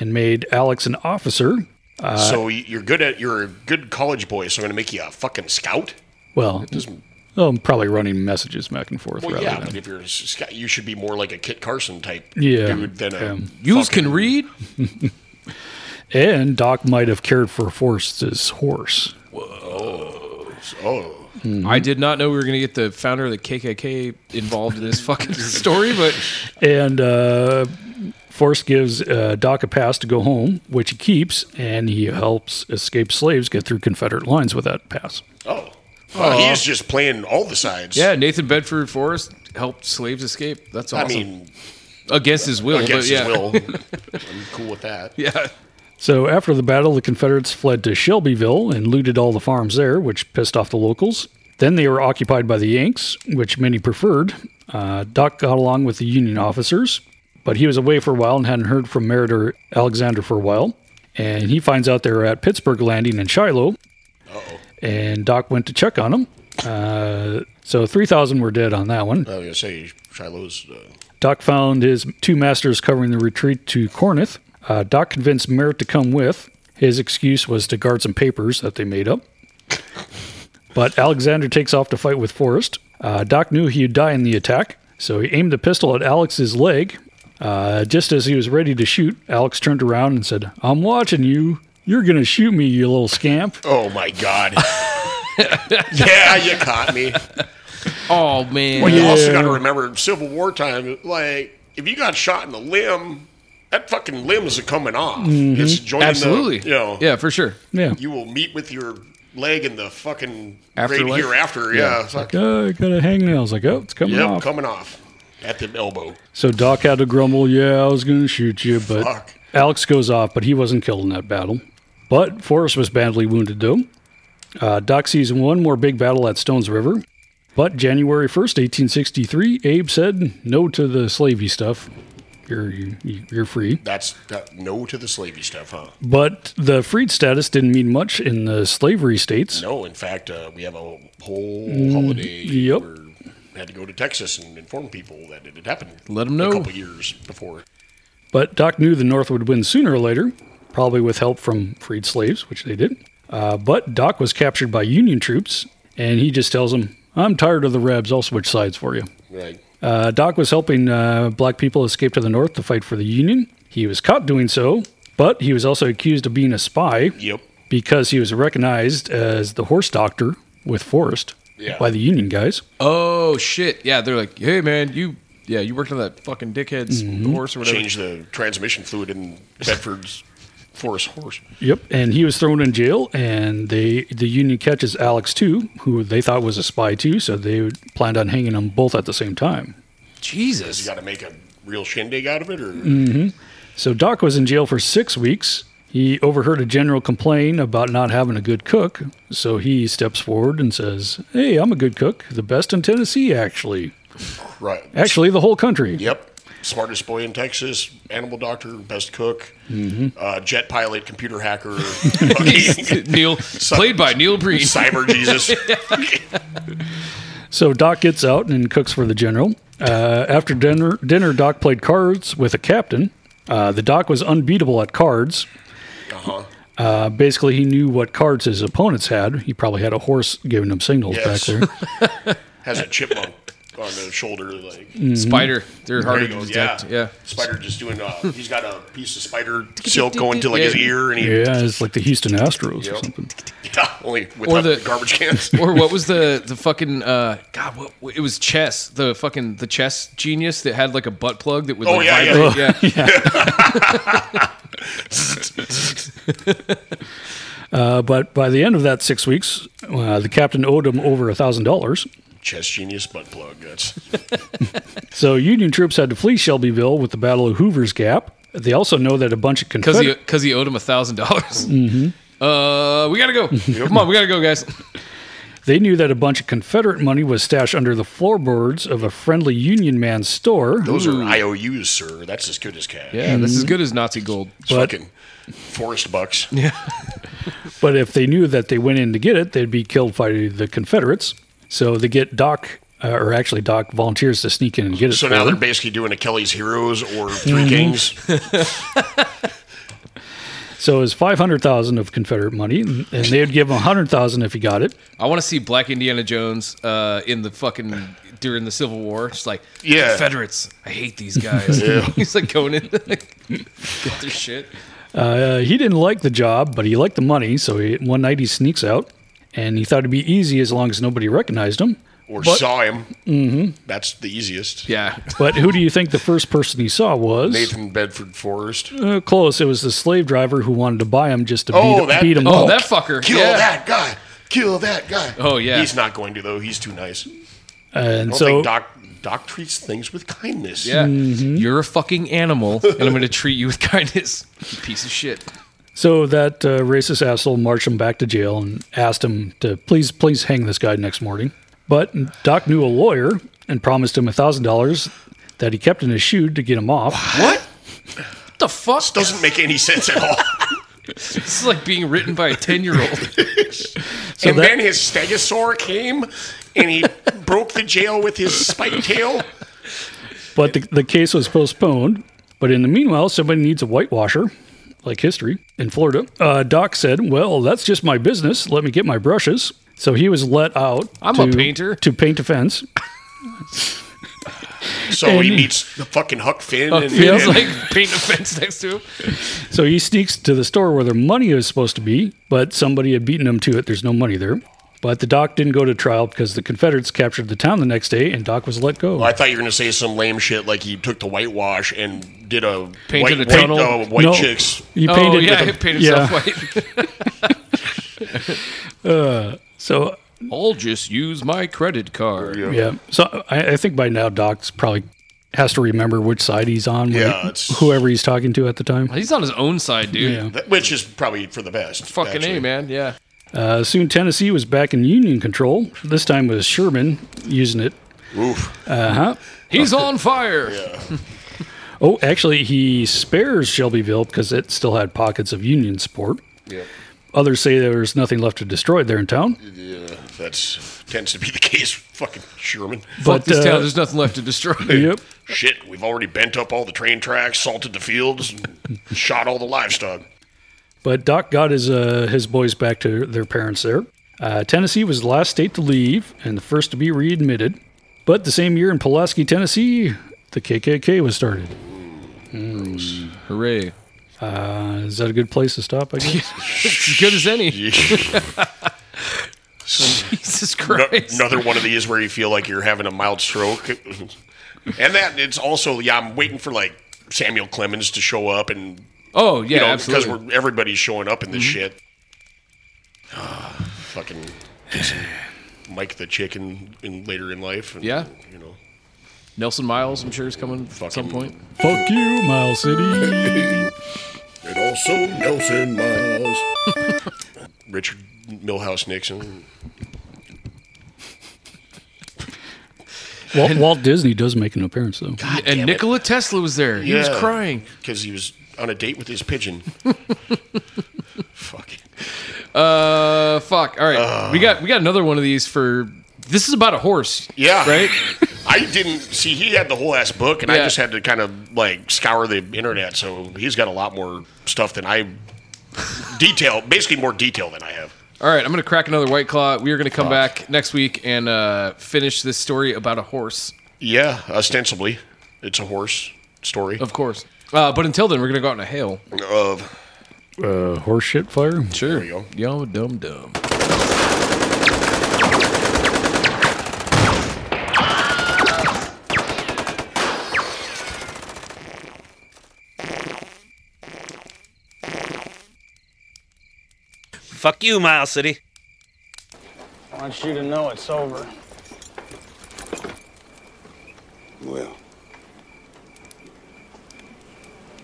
and made Alex an officer. Uh, so y- you're good at you're a good college boy. So I'm going to make you a fucking scout. well, doesn't- oh, I'm probably running messages back and forth. Well, rather yeah, than- but if you're a scout, you should be more like a Kit Carson type Yeah, dude than a. yeah. yous can read. and Doc might have cared for Forrest's horse. Whoa. Oh. I did not know we were going to get the founder of the KKK involved in this fucking story, but And uh, Forrest gives uh, Doc a pass to go home, which he keeps, and he helps escaped slaves get through Confederate lines with that pass. Oh. Aw. Well, he is just playing all the sides. yeah, Nathan Bedford Forrest helped slaves escape. That's I awesome. mean, against his will. Against but yeah. his will. I'm cool with that. yeah. So after the battle, the Confederates fled to Shelbyville and looted all the farms there, which pissed off the locals. Then they were occupied by the Yanks, which many preferred. Uh, Doc got along with the Union officers, but he was away for a while and hadn't heard from Merritt or Alexander for a while. And he finds out they're at Pittsburgh Landing in Shiloh. And Doc went to check on them. Uh, so 3,000 were dead on that one. I was going to say Shiloh's. Uh, Doc found his two masters covering the retreat to Corinth. Uh, Doc convinced Merritt to come with. His excuse was to guard some papers that they made up. But Alexander takes off to fight with Forrest. Uh, Doc knew he'd die in the attack, so he aimed a pistol at Alex's leg. Uh, just as he was ready to shoot, Alex turned around and said, I'm watching you. You're going to shoot me, you little scamp. oh my God. yeah, you caught me. Oh man. Well, you also Yeah. got to remember Civil War time. Like, if you got shot in the limb, that fucking limb is coming off. Mhm. It's joining Absolutely. The, you know, Yeah, for sure. Yeah. You will meet with your leg in the fucking Afterlife? right hereafter. Yeah, It's it's like, oh, I got a hangnail. It's like, oh, it's coming yep, off. coming off at the elbow. So Doc had to grumble, yeah, I was going to shoot you, but Fuck. Alex goes off, but he wasn't killed in that battle. But Forrest was badly wounded, though. Uh, Doc sees one more big battle at Stones River. But January 1st, 1863, Abe said no to the slavey stuff. You're, you, you're free. That's that, no to the slavey stuff, huh? But the freed status didn't mean much in the slavery states. No, in fact, uh, we have a whole Mm, holiday yep. where had to go to Texas and inform people that it had happened. Let 'em know. a couple years before. But Doc knew the North would win sooner or later, probably with help from freed slaves, which they did. Uh, but Doc was captured by Union troops, and he just tells them, I'm tired of the Rebs. I'll switch sides for you. Right. Uh, Doc was helping uh, black people escape to the North to fight for the Union. He was caught doing so, but he was also accused of being a spy. Yep. Because he was recognized as the horse doctor with Forrest Yeah. by the Union guys. Oh shit! Yeah, they're like, hey man, you yeah, you worked on that fucking dickhead's Mhm. horse or whatever. Changed the transmission fluid in Bedford's Forest horse. Yep, and he was thrown in jail, and they the Union catches Alex too, who they thought was a spy too, so they planned on hanging them both at the same time. Jesus. You got to make a real shindig out of it, or Mm. hmm So Doc was in jail for six weeks. He overheard a general complain about not having a good cook, so he steps forward and says, "Hey, I'm a good cook, the best in Tennessee, actually, right? actually the whole country." Yep. Smartest boy in Texas, animal doctor, best cook, Mhm. Mm-hmm. uh, jet pilot, computer hacker, Neil, played by Neil Breen, Cyber Jesus. So Doc gets out and cooks for the general. Uh, after dinner, dinner, Doc played cards with a captain. Uh, the Doc was unbeatable at cards. Uh-huh. Uh, basically, he knew what cards his opponents had. He probably had a horse giving him signals Yes. back there. has a chipmunk on the shoulder, like Mm. Mhm. Spider. Mm-hmm. They're There harder you to go, detect, yeah. spider just doing. Uh, he's got a piece of spider silk going to like his Yeah. ear, and he yeah, it's like the Houston Astros or Yep. something. yeah, only with or the the garbage cans. or what was the the fucking uh, God? What, what- it was chess. The fucking the chess genius that had like a butt plug that would. Oh, like, yeah, yeah. vibrate. yeah. Uh, but by the end of that six weeks, uh, the captain owed him over a thousand dollars. Chess genius butt plug. That's So Union troops had to flee Shelbyville with the Battle of Hoover's Gap. They also know that a bunch of Because he Confederates. because he owed him a thousand dollars. Uh, we gotta go. Come on, we gotta go, guys. They knew that a bunch of Confederate money was stashed under the floorboards of a friendly Union man's store. those are IOUs, sir. That's as good as cash. Hmm. Yeah, that's as Mhm. good as Nazi gold. It's But- fucking forest bucks. Yeah. But if they knew that they went in to get it, they'd be killed by the Confederates. So they get Doc, uh, or actually Doc volunteers to sneak in and get it. So for now they're them. basically doing a Kelly's Heroes or 3 Mhm. Kings. So it was five hundred thousand of Confederate money, and they'd give him a hundred thousand if he got it. I want to see Black Indiana Jones uh, in the fucking during the Civil War. Just like Yeah. Confederates. I hate these guys. Yeah. He's like going in, like, get their shit. Uh, he didn't like the job, but he liked the money. So he, one night he sneaks out, and he thought it'd be easy as long as nobody recognized him. Or But- saw him. Mhm. That's the easiest. Yeah. But who do you think the first person he saw was? Nathan Bedford Forrest. Uh, close. It was the slave driver who wanted to buy him just to beat, beat him oh, up. that fucker. Kill yeah. that guy. Kill that guy. Oh, yeah. He's not going to though. He's too nice. I And don't so think oh, Doc Doc treats things with kindness. Yeah. Mm-hmm. You're a fucking animal, and I'm going to treat you with kindness. You piece of shit. So that uh, racist asshole marched him back to jail and asked him to please, please hang this guy next morning. But Doc knew a lawyer and promised him thousand dollars that he kept in his shoe to get him off. What? What the fuck? This doesn't make any sense at all. this is like being written by a 10 year old. So and that- then his stegosaur came and he broke the jail with his spike tail. But the, the case was postponed. But in the meanwhile, somebody needs a whitewasher, like history in Florida. Uh, Doc said, "Well, that's just my business. Let me get my brushes." So he was let out. I'm a painter. to paint a fence. So he And- meets the fucking Huck Finn Huck and Finn's and- like, Paint a fence next to him. So he sneaks to the store where the money is supposed to be, but somebody had beaten him to it. There's no money there. But the doc didn't go to trial because the Confederates captured the town the next day, and Doc was let go. Well, I thought you were gonna say some lame shit like he took the whitewash and did a Painted white, a tunnel. white, uh, white No. chicks. He painted oh, yeah, with a- he painted himself white. Uh, so I'll just use my credit card. yeah, so I, I think by now Doc's probably has to remember which side he's on. when Yeah, he- it's- whoever he's talking to at the time. He's on his own side, dude. Yeah. That- which is probably for the best. Fucking A, man. Yeah. Uh, soon Tennessee was back in Union control. This time was Sherman using it. Oof. Uh huh. He's on fire. Oh, actually, he spares Shelbyville because it still had pockets of Union support. Yeah. Others say there was nothing left to destroy there in town. Yeah. That's tends to be the case. Fucking Sherman. Fuck this uh, town. There's nothing left to destroy. Shit, we've already bent up all the train tracks, salted the fields, and shot all the livestock. But Doc got his uh, his boys back to their parents there. Uh, Tennessee was the last state to leave and the first to be readmitted. But the same year in Pulaski, Tennessee, the KKK was started. Mm. Hooray! Uh, is that a good place to stop? I guess. as good as any. Jesus Christ. another one of these where you feel like you're having a mild stroke. and that it's also yeah, I'm waiting for like Samuel Clemens to show up and Oh, yeah, because absolutely. we're everybody's showing up in this Mhm. shit. fucking Mike the Chicken in later in life. And, Yeah. you know. Nelson Miles, I'm sure, is coming at some point. Fuck you, Mile City. And also Nelson Miles. Richard Milhouse Nixon. Walt, Walt Disney does make an appearance though. and Nikola Tesla was there. He was crying. because he was on a date with his pigeon. Uh, fuck. All right, we got we got another one of these for. This is about a horse. Yeah. Right. I didn't see he had the whole ass book, and I Yeah. just had to kind of like scour the internet. So he's got a lot more stuff than I detail, basically more detail than I have. All right, I'm gonna crack another white claw. We are gonna come back next week and uh, finish this story about a horse. Yeah, ostensibly, it's a horse story. Of course. Uh, but until then, we're gonna go out in a hail of Uh, horse shit fire. Sure. yo dum dum. Fuck you, Mile City. I want you to know it's over. Well.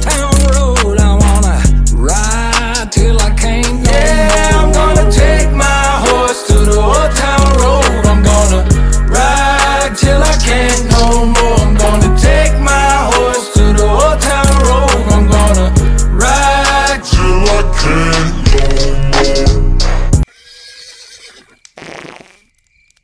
town road. I wanna ride till I can't. Yeah, I'm gonna take my horse to the old town road. I'm gonna ride till I can't no more. I'm gonna take my horse to the old town road. I'm gonna ride till I can't no more.